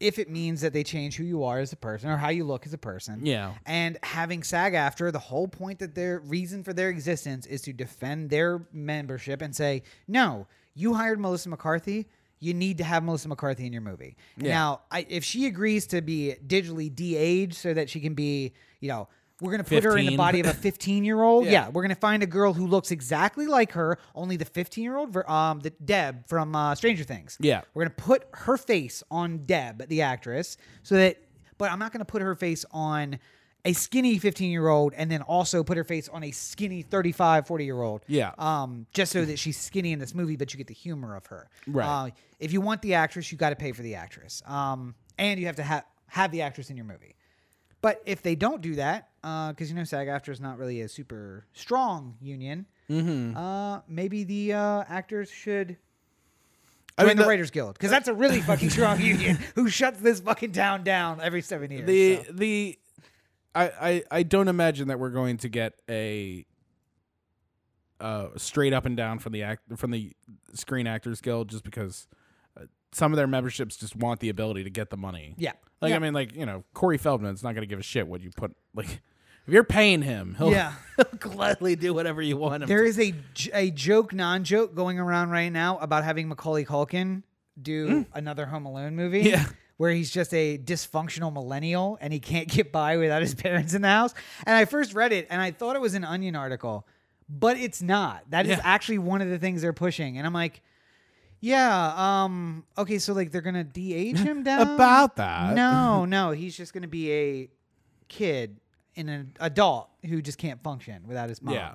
if it means that they change who you are as a person or how you look as a person?
yeah
And having SAG after, the whole point that their reason for their existence is to defend their membership and say, no, you hired Melissa McCarthy. you need to have Melissa McCarthy in your movie. Now, I, if she agrees to be digitally de-aged so that she can be, you know, we're gonna put her in the
15.
body of a 15 year old.
Yeah.
Yeah. we're gonna find a girl who looks exactly like her, only the 15 year old, ver- um, the Deb from uh, Stranger Things.
Yeah.
we're gonna put her face on Deb, the actress, so that. But I'm not gonna put her face on a skinny 15 year old and then also put her face on a skinny 35 40 year old
Yeah.
um just so that she's skinny in this movie but you get the humor of her
Right.
uh, if you want the actress you got to pay for the actress um and you have to have have the actress in your movie but if they don't do that, because you know SAG after is not really a super strong union,
Mm-hmm.
uh, maybe the uh, actors should
I
join
mean,
the,
the-
Writers Guild because that's a really fucking strong union who shuts this fucking town down every seven years.
the
so.
the I, I I don't imagine that we're going to get a uh straight up and down from the act from the Screen Actors Guild just because uh, some of their memberships just want the ability to get the money.
Yeah.
Like
Yeah.
I mean, like you know, Corey Feldman's not going to give a shit what you put. Like if you're paying him, he'll,
Yeah.
he'll gladly do whatever you want him.
There
to.
is a, j- a joke, non joke going around right now about having Macaulay Culkin do another Home Alone movie.
Yeah.
Where he's just a dysfunctional millennial and he can't get by without his parents in the house. And I first read it and I thought it was an Onion article, but it's not. That is
Yeah.
actually one of the things they're pushing. And I'm like, yeah, um, okay, so like they're gonna de-age him down.
About that.
No, no, he's just gonna be a kid and an adult who just can't function without his mom
yeah.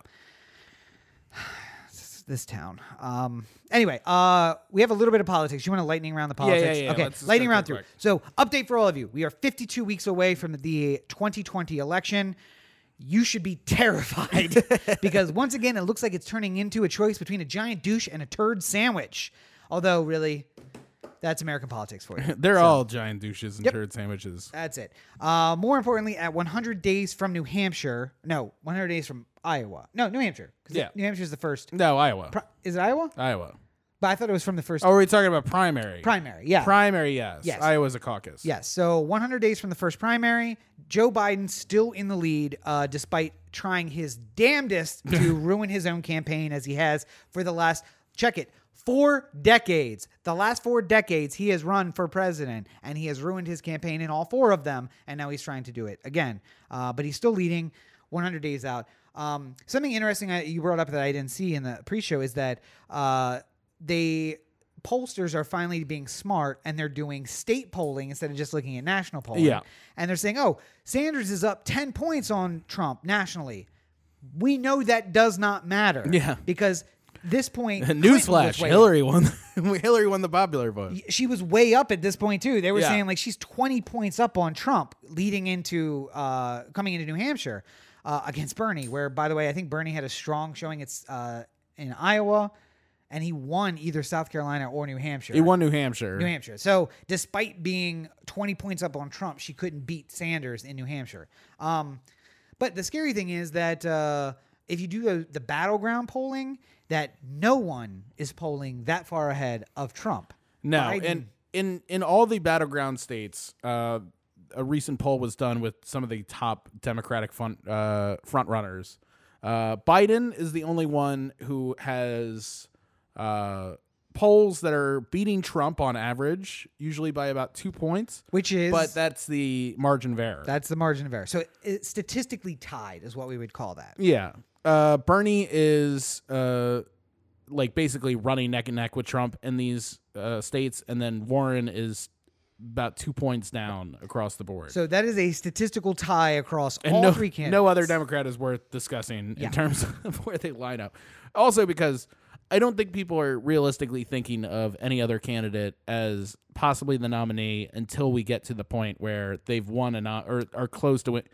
this town. Um, anyway, uh, we have a little bit of politics. You want to lightning round the
Yeah, yeah,
politics?
yeah.
Okay,
Let's just
lightning
go
round through.
quick,
So, update for all of you. We are 52 weeks away from the 2020 election. You should be terrified because once again, it looks like it's turning into a choice between a giant douche and a turd sandwich. Although, really, that's American politics for you.
They're all giant douches and turd sandwiches.
That's it. Uh, more importantly, at 100 days from New Hampshire, no, 100 days from Iowa. No, New Hampshire. 'cause
Yeah.
New Hampshire is the first.
No, Iowa.
Is it Iowa?
Iowa.
But I thought it was from the first
Oh, are we talking about primary?
primary. Yeah.
Primary, yes.
Yes.
Iowa's a caucus.
yes. So 100 days from the first primary, Joe Biden still in the lead, uh, despite trying his damnedest to ruin his own campaign as he has for the last, check it, four decades. The last four decades, he has run for president and he has ruined his campaign in all four of them. And now he's trying to do it again. Uh, but he's still leading 100 days out. Um, something interesting I, you brought up that I didn't see in the pre show is that uh, they pollsters are finally being smart and they're doing state polling instead of just looking at national polling.
Yeah.
And they're saying, oh, Sanders is up 10 points on Trump nationally. We know that does not matter.
Yeah.
Because this point, Clinton was
Newsflash:
way up.
Hillary won. Hillary won the popular vote.
She was way up at this point, too. They were
Yeah.
saying, like, she's 20 points up on Trump leading into uh, coming into New Hampshire uh, against Bernie, where, by the way, I think Bernie had a strong showing it's, uh, in Iowa. And he won either South Carolina or New Hampshire.
He won New Hampshire.
New Hampshire. So, despite being 20 points up on Trump, she couldn't beat Sanders in New Hampshire. Um, but the scary thing is that uh, if you do the, the battleground polling, that no one is polling that far ahead of Trump.
no,
Biden-
and in in all the battleground states, uh, a recent poll was done with some of the top Democratic front uh, front runners. Uh, Biden is the only one who has uh, polls that are beating Trump on average, usually by about two points.
which is
But that's the margin of error.
that's the margin of error. So, it, it's statistically tied is what we would call that.
Yeah. Uh, Bernie is uh, like basically running neck and neck with Trump in these uh, states, and then Warren is about two points down across the board.
So, that is a statistical tie across
and
all
no,
three candidates.
no other Democrat is worth discussing in terms of where they line up. Also, because I don't think people are realistically thinking of any other candidate as possibly the nominee until we get to the point where they've won a no- or are close to it.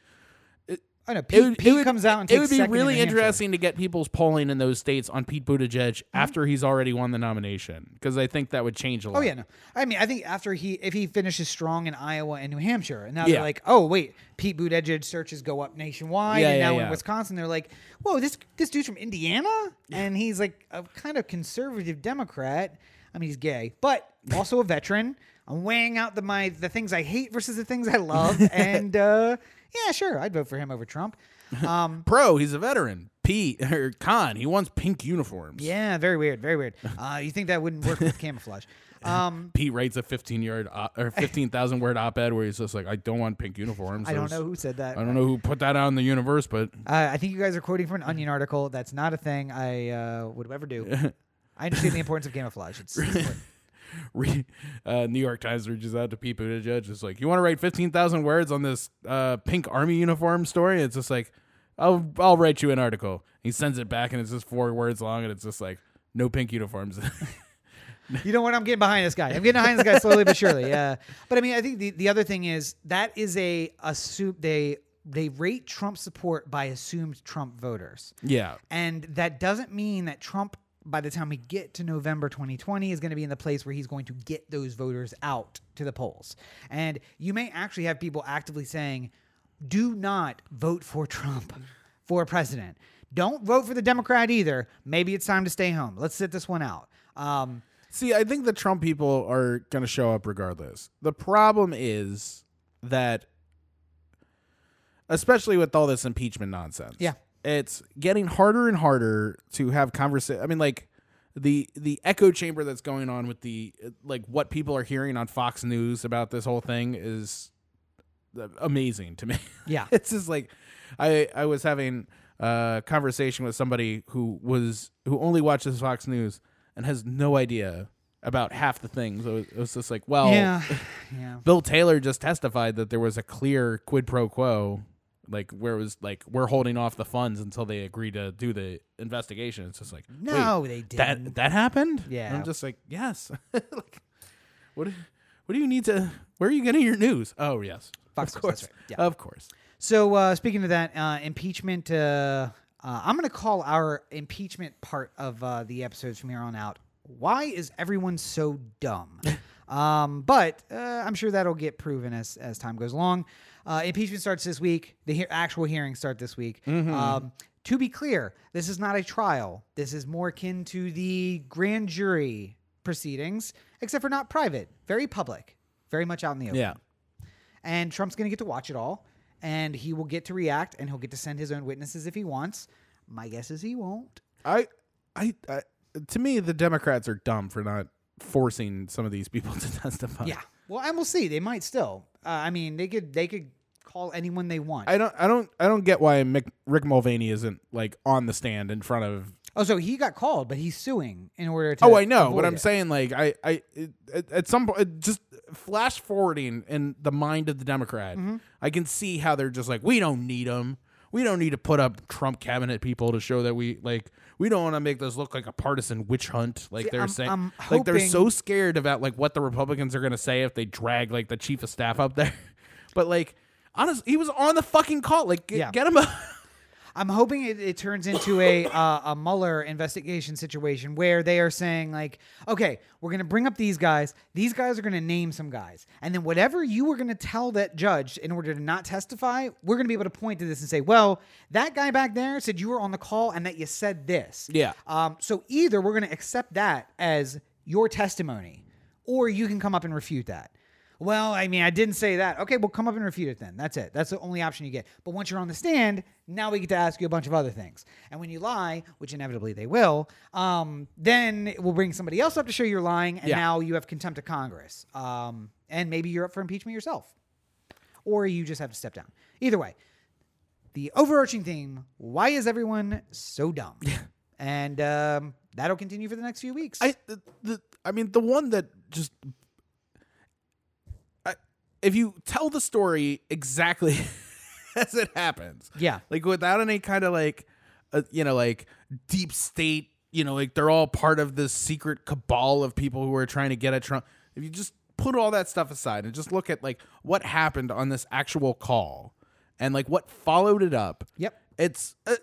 I know.
It
Pete,
would,
Pete
it would-
comes out and
it
takes
would be
second in
really
New Hampshire. Mm-hmm.
interesting to get people's polling in those states on Pete Buttigieg after he's already won the nomination because I think that would change a lot.
Oh yeah, no. I mean, I think after he, if he finishes strong in Iowa and New Hampshire, and now
Yeah.
they're like, oh wait, Pete Buttigieg searches go up nationwide,
Yeah,
and
yeah,
now
yeah.
in Wisconsin they're like, whoa, this this dude's from Indiana, and he's like a kind of conservative Democrat. I mean, he's gay, but also a veteran. I'm weighing out the my the things I hate versus the things I love, and uh, yeah, sure, I'd vote for him over Trump. Um,
Pro, he's a veteran. Pete or Con, he wants pink uniforms.
Yeah, very weird, very weird. Uh, you think that wouldn't work with camouflage? Um,
Pete writes a 15 yard op- or 15,000 word op ed where he's just like, I don't want pink uniforms.
I don't
There's-
know who said that.
I don't know who put that out in the universe, but
Uh, I think you guys are quoting from an Onion article. That's not a thing I uh, would ever do. I understand the importance of camouflage. It's, it's important.
re- uh, New York Times reaches out to Pete Buttigieg. It's like, you want to write 15,000 words on this uh, pink army uniform story? It's just like, I'll, I'll write you an article. He sends it back and it's just four words long and it's just like, no pink uniforms.
you know what? I'm getting behind this guy. I'm getting behind this guy slowly but surely. Yeah. But I mean, I think the, the other thing is that is a assume they they rate Trump support by assumed Trump voters,
yeah.
and that doesn't mean that Trump. By the time we get to November 2020, is going to be in the place where he's going to get those voters out to the polls, and you may actually have people actively saying, "Do not vote for Trump for president. Don't vote for the Democrat either. Maybe it's time to stay home. Let's sit this one out." Um,
See, I think the Trump people are going to show up regardless. The problem is that, especially with all this impeachment nonsense,
Yeah.
it's getting harder and harder to have conversation. I mean, like the the echo chamber that's going on with the like what people are hearing on Fox News about this whole thing is uh, amazing to me.
Yeah.
it's just like I I was having a conversation with somebody who was who only watches Fox News and has no idea about half the things. It was, it was just like, well,
Yeah. Yeah.
Bill Taylor just testified that there was a clear quid pro quo, like where it was like we're holding off the funds until they agree to do the investigation. It's just like
No,
wait,
they didn't.
that that happened.
Yeah.
And I'm just like yes. like what? do- What do you need to? Where are you getting your news? Oh yes,
Fox
of
News, that's
course,
right. Yeah.
of course.
so uh, speaking of that uh, impeachment, uh, uh, I'm going to call our impeachment part of uh, the episodes from here on out. Why is everyone so dumb? um, but uh, I'm sure that'll get proven as as time goes along. Uh, impeachment starts this week. The he- actual hearings start this week. Um, to be clear, this is not a trial. This is more akin to the grand jury proceedings, except for not private, very public, very much out in the open.
Yeah.
and Trump's going to get to watch it all, and he will get to react, and he'll get to send his own witnesses if he wants. My guess is he won't.
I, I, I, to me, the Democrats are dumb for not forcing some of these people to testify.
Yeah. Well, and we'll see. They might still. Uh, I mean, they could. They could call anyone they want.
I don't, I don't, I don't get why Mick, Rick Mulvaney isn't like on the stand in front of.
oh, so he got called, but he's suing in order to.
Oh, I know,
avoid
but I'm
it.
saying like I, I, it, at- at some point, just flash forwarding in the mind of the Democrat,
Mm-hmm.
I can see how they're just like, we don't need them. We don't need to put up Trump cabinet people to show that we like. We don't want to make this look like a partisan witch hunt. Like they're
I'm-
saying,
I'm
like they're
hoping-
so scared about like what the Republicans are going to say if they drag like the chief of staff up there. but like, honest, he was on the fucking call. Like, get,
Yeah.
get him. Up.
I'm hoping it, it turns into a uh, a Mueller investigation situation where they are saying like, okay, we're going to bring up these guys. These guys are going to name some guys, and then whatever you were going to tell that judge in order to not testify, we're going to be able to point to this and say, well, that guy back there said you were on the call and that you said this.
Yeah.
Um, so either we're going to accept that as your testimony, or you can come up and refute that. Well, I mean, I didn't say that. Okay, well, come up and refute it then. That's it. That's the only option you get. But once you're on the stand, now we get to ask you a bunch of other things. And when you lie, which inevitably they will, um, then we'll bring somebody else up to show you're lying, and
Yeah.
now you have contempt of Congress. Um, and maybe you're up for impeachment yourself, or you just have to step down. Either way, the overarching theme why is everyone so dumb and um, that'll continue for the next few weeks
I the, the I mean the one that just I, if you tell the story exactly as it happens.
Yeah.
Like without any kind of like uh, you know like deep state, you know, like they're all part of this secret cabal of people who are trying to get at Trump. If you just put all that stuff aside and just look at like what happened on this actual call and like what followed it up.
Yep.
It's uh,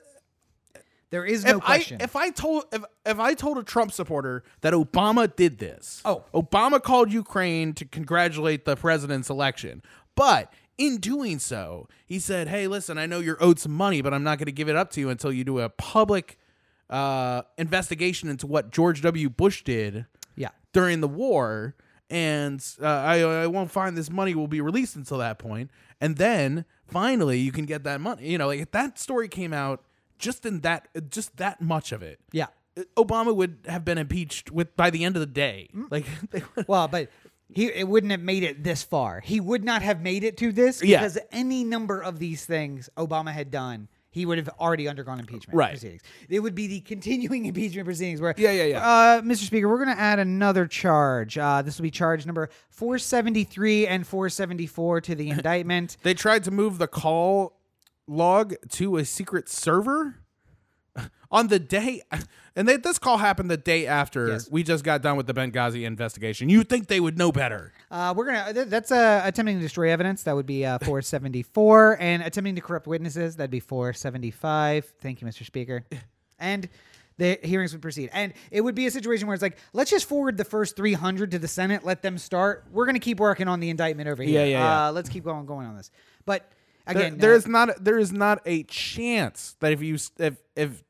there is
if
no question
I if I told if if I told a Trump supporter that Obama did this,
Oh.
Obama called Ukraine to congratulate the president's election, but in doing so, he said, "Hey, listen, I know you're owed some money, but I'm not going to give it up to you until you do a public uh, investigation into what George W. Bush did
yeah
during the war." And uh, I, I won't find this money will be released until that point, and then finally you can get that money. You know, like if that story came out just in that just that much of it Uh,
yeah
Obama would have been impeached with by the end of the day.
Mm.
Like they would,
Well, but he it wouldn't have made it this far. He would not have made it to this
Yeah.
because any number of these things Obama had done, he would have already undergone impeachment
Right.
proceedings. It would be the continuing impeachment proceedings where
Yeah, yeah, yeah.
Uh, Mr. Speaker, we're going to add another charge. Uh, this will be charge number 473 and 474 to the indictment.
they tried to move the call log to a secret server on the day and they, this call happened the day after
Yes.
we just got done with the Benghazi investigation. You think they would know better?
Uh, we're gonna. th- That's uh, attempting to destroy evidence. That would be uh, 474, and attempting to corrupt witnesses. That'd be 475. Thank you, Mr. Speaker. And the hearings would proceed, and it would be a situation where it's like, let's just forward the first 300 to the Senate. Let them start. We're gonna keep working on the indictment over here.
Yeah, yeah, yeah.
Uh, let's keep going, going on this. But
There-
again,
there
uh,
is not there is not a chance that if you s- if if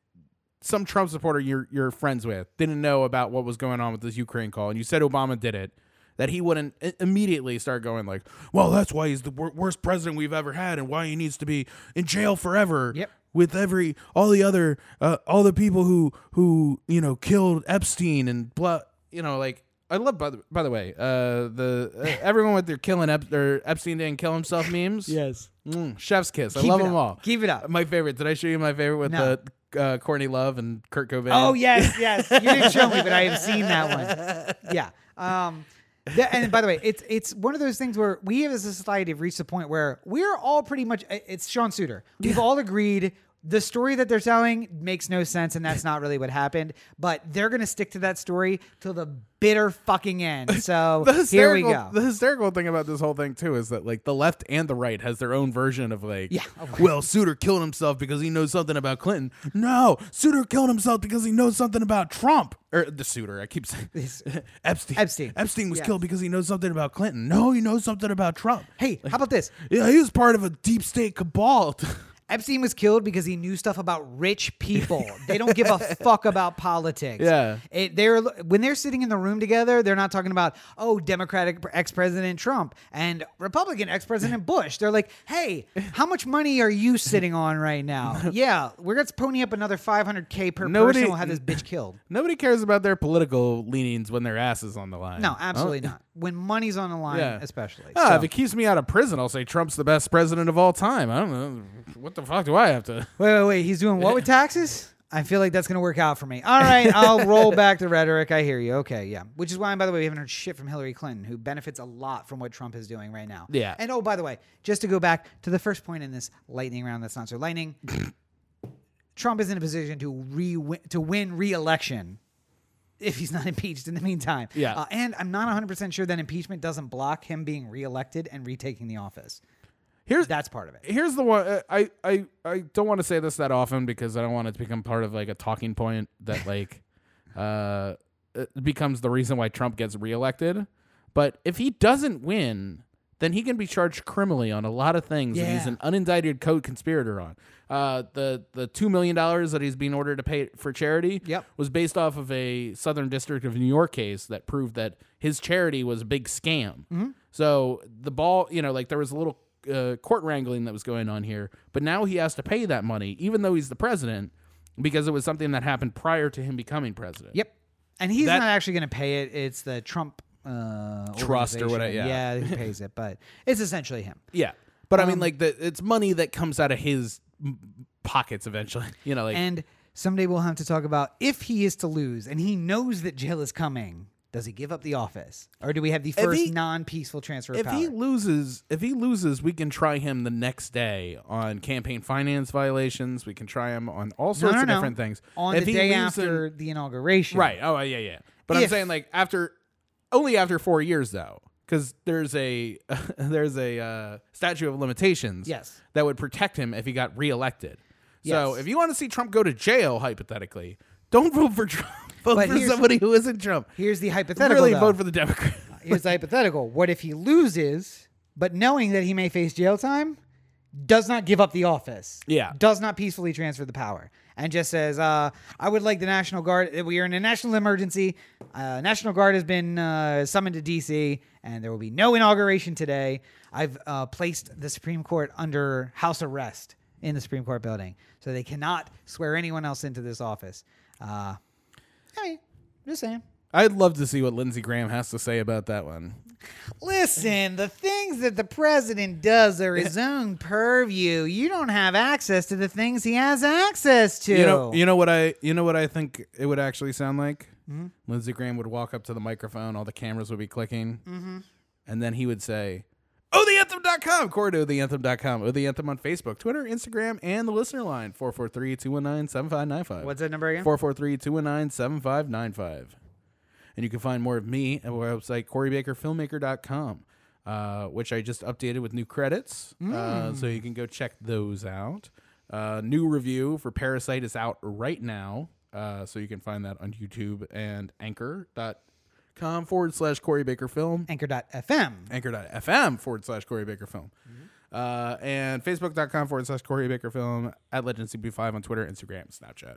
some Trump supporter you're you're friends with didn't know about what was going on with this Ukraine call and you said Obama did it that he wouldn't i- immediately start going like well that's why he's the wor- worst president we've ever had and why he needs to be in jail forever
Yep.
with every all the other uh, all the people who who you know killed Epstein and blah you know like I love by the, by the way uh the uh, everyone with their killing Ep- their Epstein didn't kill himself memes
Yes.
Mm, chef's kiss. I
Keep
love
it
them
up.
all.
Keep it up.
My favorite. Did I show you my favorite with
No.
the uh, Courtney Love and Kurt Cobain?
Oh yes, yes. You didn't show me, but I have seen that one. Yeah. Um, th- and by the way, it's it's one of those things where we as a society have reached a point where we're all pretty much. i- It's Sean Suter. We've all agreed the story that they're telling makes no sense, and that's not really what happened. But they're gonna stick to that story till the bitter fucking end. So
The
here we
hysterical,
go.
the hysterical thing about this whole thing too is that like the left and the right has their own version of like,
Yeah.
well, Souter killed himself because he knows something about Clinton. No, Souter killed himself because he knows something about Trump or the Souter. I keep saying Epstein.
Epstein.
Epstein was
Yes.
killed because he knows something about Clinton. No, he knows something about Trump.
hey, how about this?
Yeah, he was part of a deep state cabal.
Epstein was killed because he knew stuff about rich people. they don't give a fuck about politics.
Yeah.
It, they're when they're sitting in the room together, they're not talking about oh Democratic ex President Trump and Republican ex President Bush. They're like, hey, how much money are you sitting on right now? yeah, we're gonna pony up another 500k per
Nobody-
person. We'll have this bitch killed.
Nobody cares about their political leanings when their ass is on the line.
No, absolutely not. When money's on the line,
Yeah.
especially.
Ah,
So-
if it keeps me out of prison, I'll say Trump's the best president of all time. I don't know. What the fuck do I have to?
Wait, wait, wait. He's doing what with taxes? I feel like that's going to work out for me. All right, I'll roll back the rhetoric. I hear you. Okay, yeah. Which is why, by the way, we haven't heard shit from Hillary Clinton, who benefits a lot from what Trump is doing right now.
Yeah.
And oh, by the way, just to go back to the first point in this lightning round that's not so lightning, Trump is in a position to re to win re-election if he's not impeached in the meantime.
Yeah.
Uh, and I'm not 100% sure that impeachment doesn't block him being reelected and retaking the office.
Here's
That's part of it.
here's the one. uh, I I I don't want to say this that often because I don't want it to become part of like a talking point that like uh it becomes the reason why Trump gets reelected. But if he doesn't win, then he can be charged criminally on a lot of things that he's
Yeah.
an unindicted co-conspirator on. Uh, the the two million dollars that he's being ordered to pay for charity
Yep.
was based off of a Southern District of New York case that proved that his charity was a big scam. So the ball, you know, like there was a little uh, court wrangling that was going on here, but now he has to pay that money, even though he's the president, because it was something that happened prior to him becoming president.
Yep. And he's
That-
not actually going to pay it. It's the Trump uh,
Trust or
organization.
whatever, yeah.
who pays it? But it's essentially him.
Yeah, but I mean, like the it's money that comes out of his m- pockets eventually. You know, like
And someday we'll have to talk about if he is to lose, and he knows that jail is coming. Does he give up the office, or do we have the first
he-
non-peaceful transfer of
if
power?
he loses, if he loses, we can try him the next day on campaign finance violations. We can try him on all
no,
sorts
no,
of
no.
different things.
On
if
the
he
day
leaves in-
after the inauguration,
Right. Oh, yeah, yeah. But I'm
If-
saying like after only after four years though, because there's a there's a uh, statute of limitations.
Yes.
That would protect him if he got reelected. So
Yes.
if you want to see Trump go to jail, hypothetically, don't vote for Trump. Vote
But
for
here's-
somebody who isn't Trump.
Here's the hypothetical.
Really
though.
vote for the Democrat.
Here's the hypothetical. What if he loses, but knowing that he may face jail time, does not give up the office?
Yeah.
Does not peacefully transfer the power and just says, uh, I would like the National Guard. Uh, We are in a national emergency. Uh, National Guard has been uh, summoned to D.C., and there will be no inauguration today. I've uh, placed the Supreme Court under house arrest in the Supreme Court building, so they cannot swear anyone else into this office. Uh, I mean, just saying.
I'd love to see what Lindsey Graham has to say about that one.
Listen, the things that the president does are his own purview. You don't have access to the things he has access to.
You know, you know what I, you know what I think it would actually sound like.
Mm-hmm.
Lindsey Graham would walk up to the microphone, all the cameras would be clicking,
Mm-hmm.
and then he would say, "Oh, the anthem.com, Corey to the anthem.com, oh, the anthem on Facebook, Twitter, Instagram, and the listener line 443-219-7595.
What's that number again?
443-219-7595. And you can find more of me at my website, CoreyBakerFilmmaker.com, uh, which I just updated with new credits. Uh, so you can go check those out. Uh, new review for Parasite is out right now. Uh, so you can find that on YouTube and anchor.com forward slash Corey Baker Film
Anchor.fm.
anchor.fm forward slash Corey Baker Film. Uh, and facebook.com forward slash Corey Baker Film at LegendCB5 on Twitter, Instagram, Snapchat.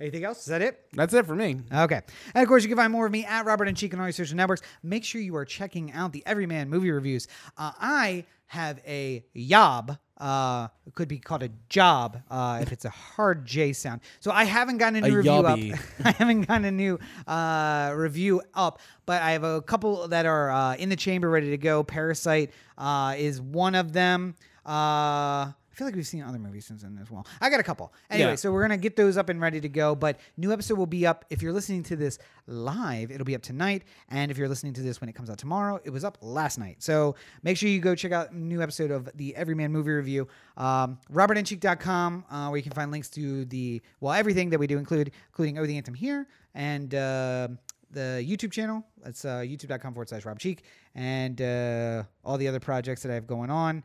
Anything else? Is that it?
That's it for me.
Okay. And of course, you can find more of me at Robert and Cheek on all your social networks. Make sure you are checking out the Everyman movie reviews. Uh, I have a yob. Uh, it could be called a job uh, if it's a hard J sound. So I haven't gotten a new review
yobby.
up. I haven't gotten a new uh, review up, but I have a couple that are uh, in the chamber ready to go. Parasite uh, is one of them. Uh, I feel like we've seen other movies since then as well. I got a couple. Anyway,
Yeah.
so we're going to get those up and ready to go, but new episode will be up. If you're listening to this live, it'll be up tonight. And if you're listening to this when it comes out tomorrow, it was up last night. So make sure you go check out new episode of the Everyman Movie Review. Um, RobertandCheek.com, uh, where you can find links to the, well, everything that we do include, including Oh, the Anthem here and uh, the YouTube channel. That's uh, youtube.com forward slash Rob Cheek and uh, all the other projects that I have going on.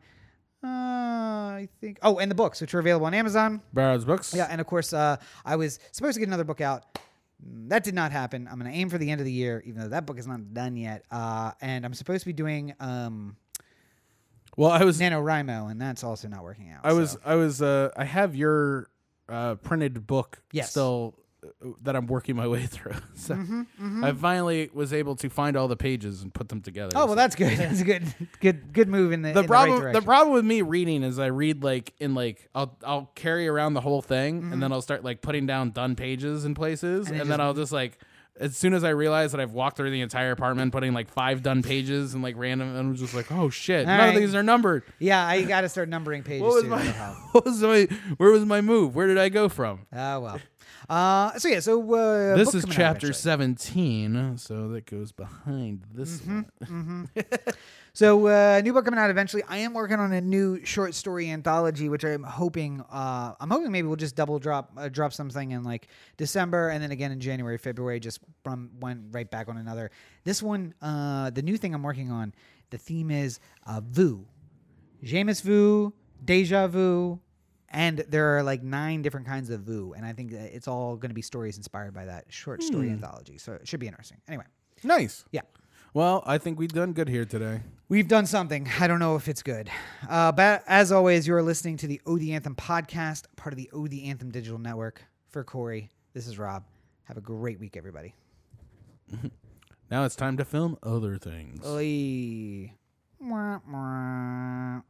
Uh, I think. Oh, and the books, which are available on Amazon.
Barrow's Books.
Yeah, and of course, uh, I was supposed to get another book out. Mm, That did not happen. I'm going to aim for the end of the year, even though that book is not done yet. Uh, and I'm supposed to be doing um,
Well, I was
NaNoWriMo, and that's also not working out.
I was
so.
I was uh I have your uh printed book
Yes. Mm-hmm,
still uh, that I'm working my way through. So I finally was able to find all the pages and put them together.
Oh well,
So-
that's good. That's a good, good, good move in the,
the
in
problem
The, right
the
direction.
problem with me reading is I read like in like I'll I'll carry around the whole thing and then I'll start like putting down done pages in places and,
it
then
Mm-hmm. just-
I'll just like as soon as I realize that I've walked through the entire apartment putting like five done pages and like random and I'm just like, oh shit, none
right.
of these are numbered.
yeah, I got to start numbering pages.
What was
too,
my,
that'll help.
what was my where was my move? Where did I go from?
Ah well. Uh, so yeah, so uh,
this
book
is
coming out
chapter
eventually.
17 so that goes behind this
Mm-hmm.
one
So uh, new book coming out eventually. I am working on a new short story anthology, which I'm hoping. Uh, I'm hoping maybe we'll just double drop uh, drop something in like December, and then again in January, February, just from one right back on another. This one, uh, the new thing I'm working on. The theme is uh, Vu, Jameis Vu, Deja Vu. And there are like nine different kinds of Vu, and I think that it's all going to be stories inspired by that short story anthology. So it should be interesting. Anyway,
nice
yeah.
well i think we've done good here today
We've done something. I don't know if it's good. Uh, but as always, you are listening to the O The Anthem podcast, part of the O The Anthem digital network. For Corey, this is Rob. Have a great week, everybody.
now it's time to film other things
Oy. Mwah, mwah.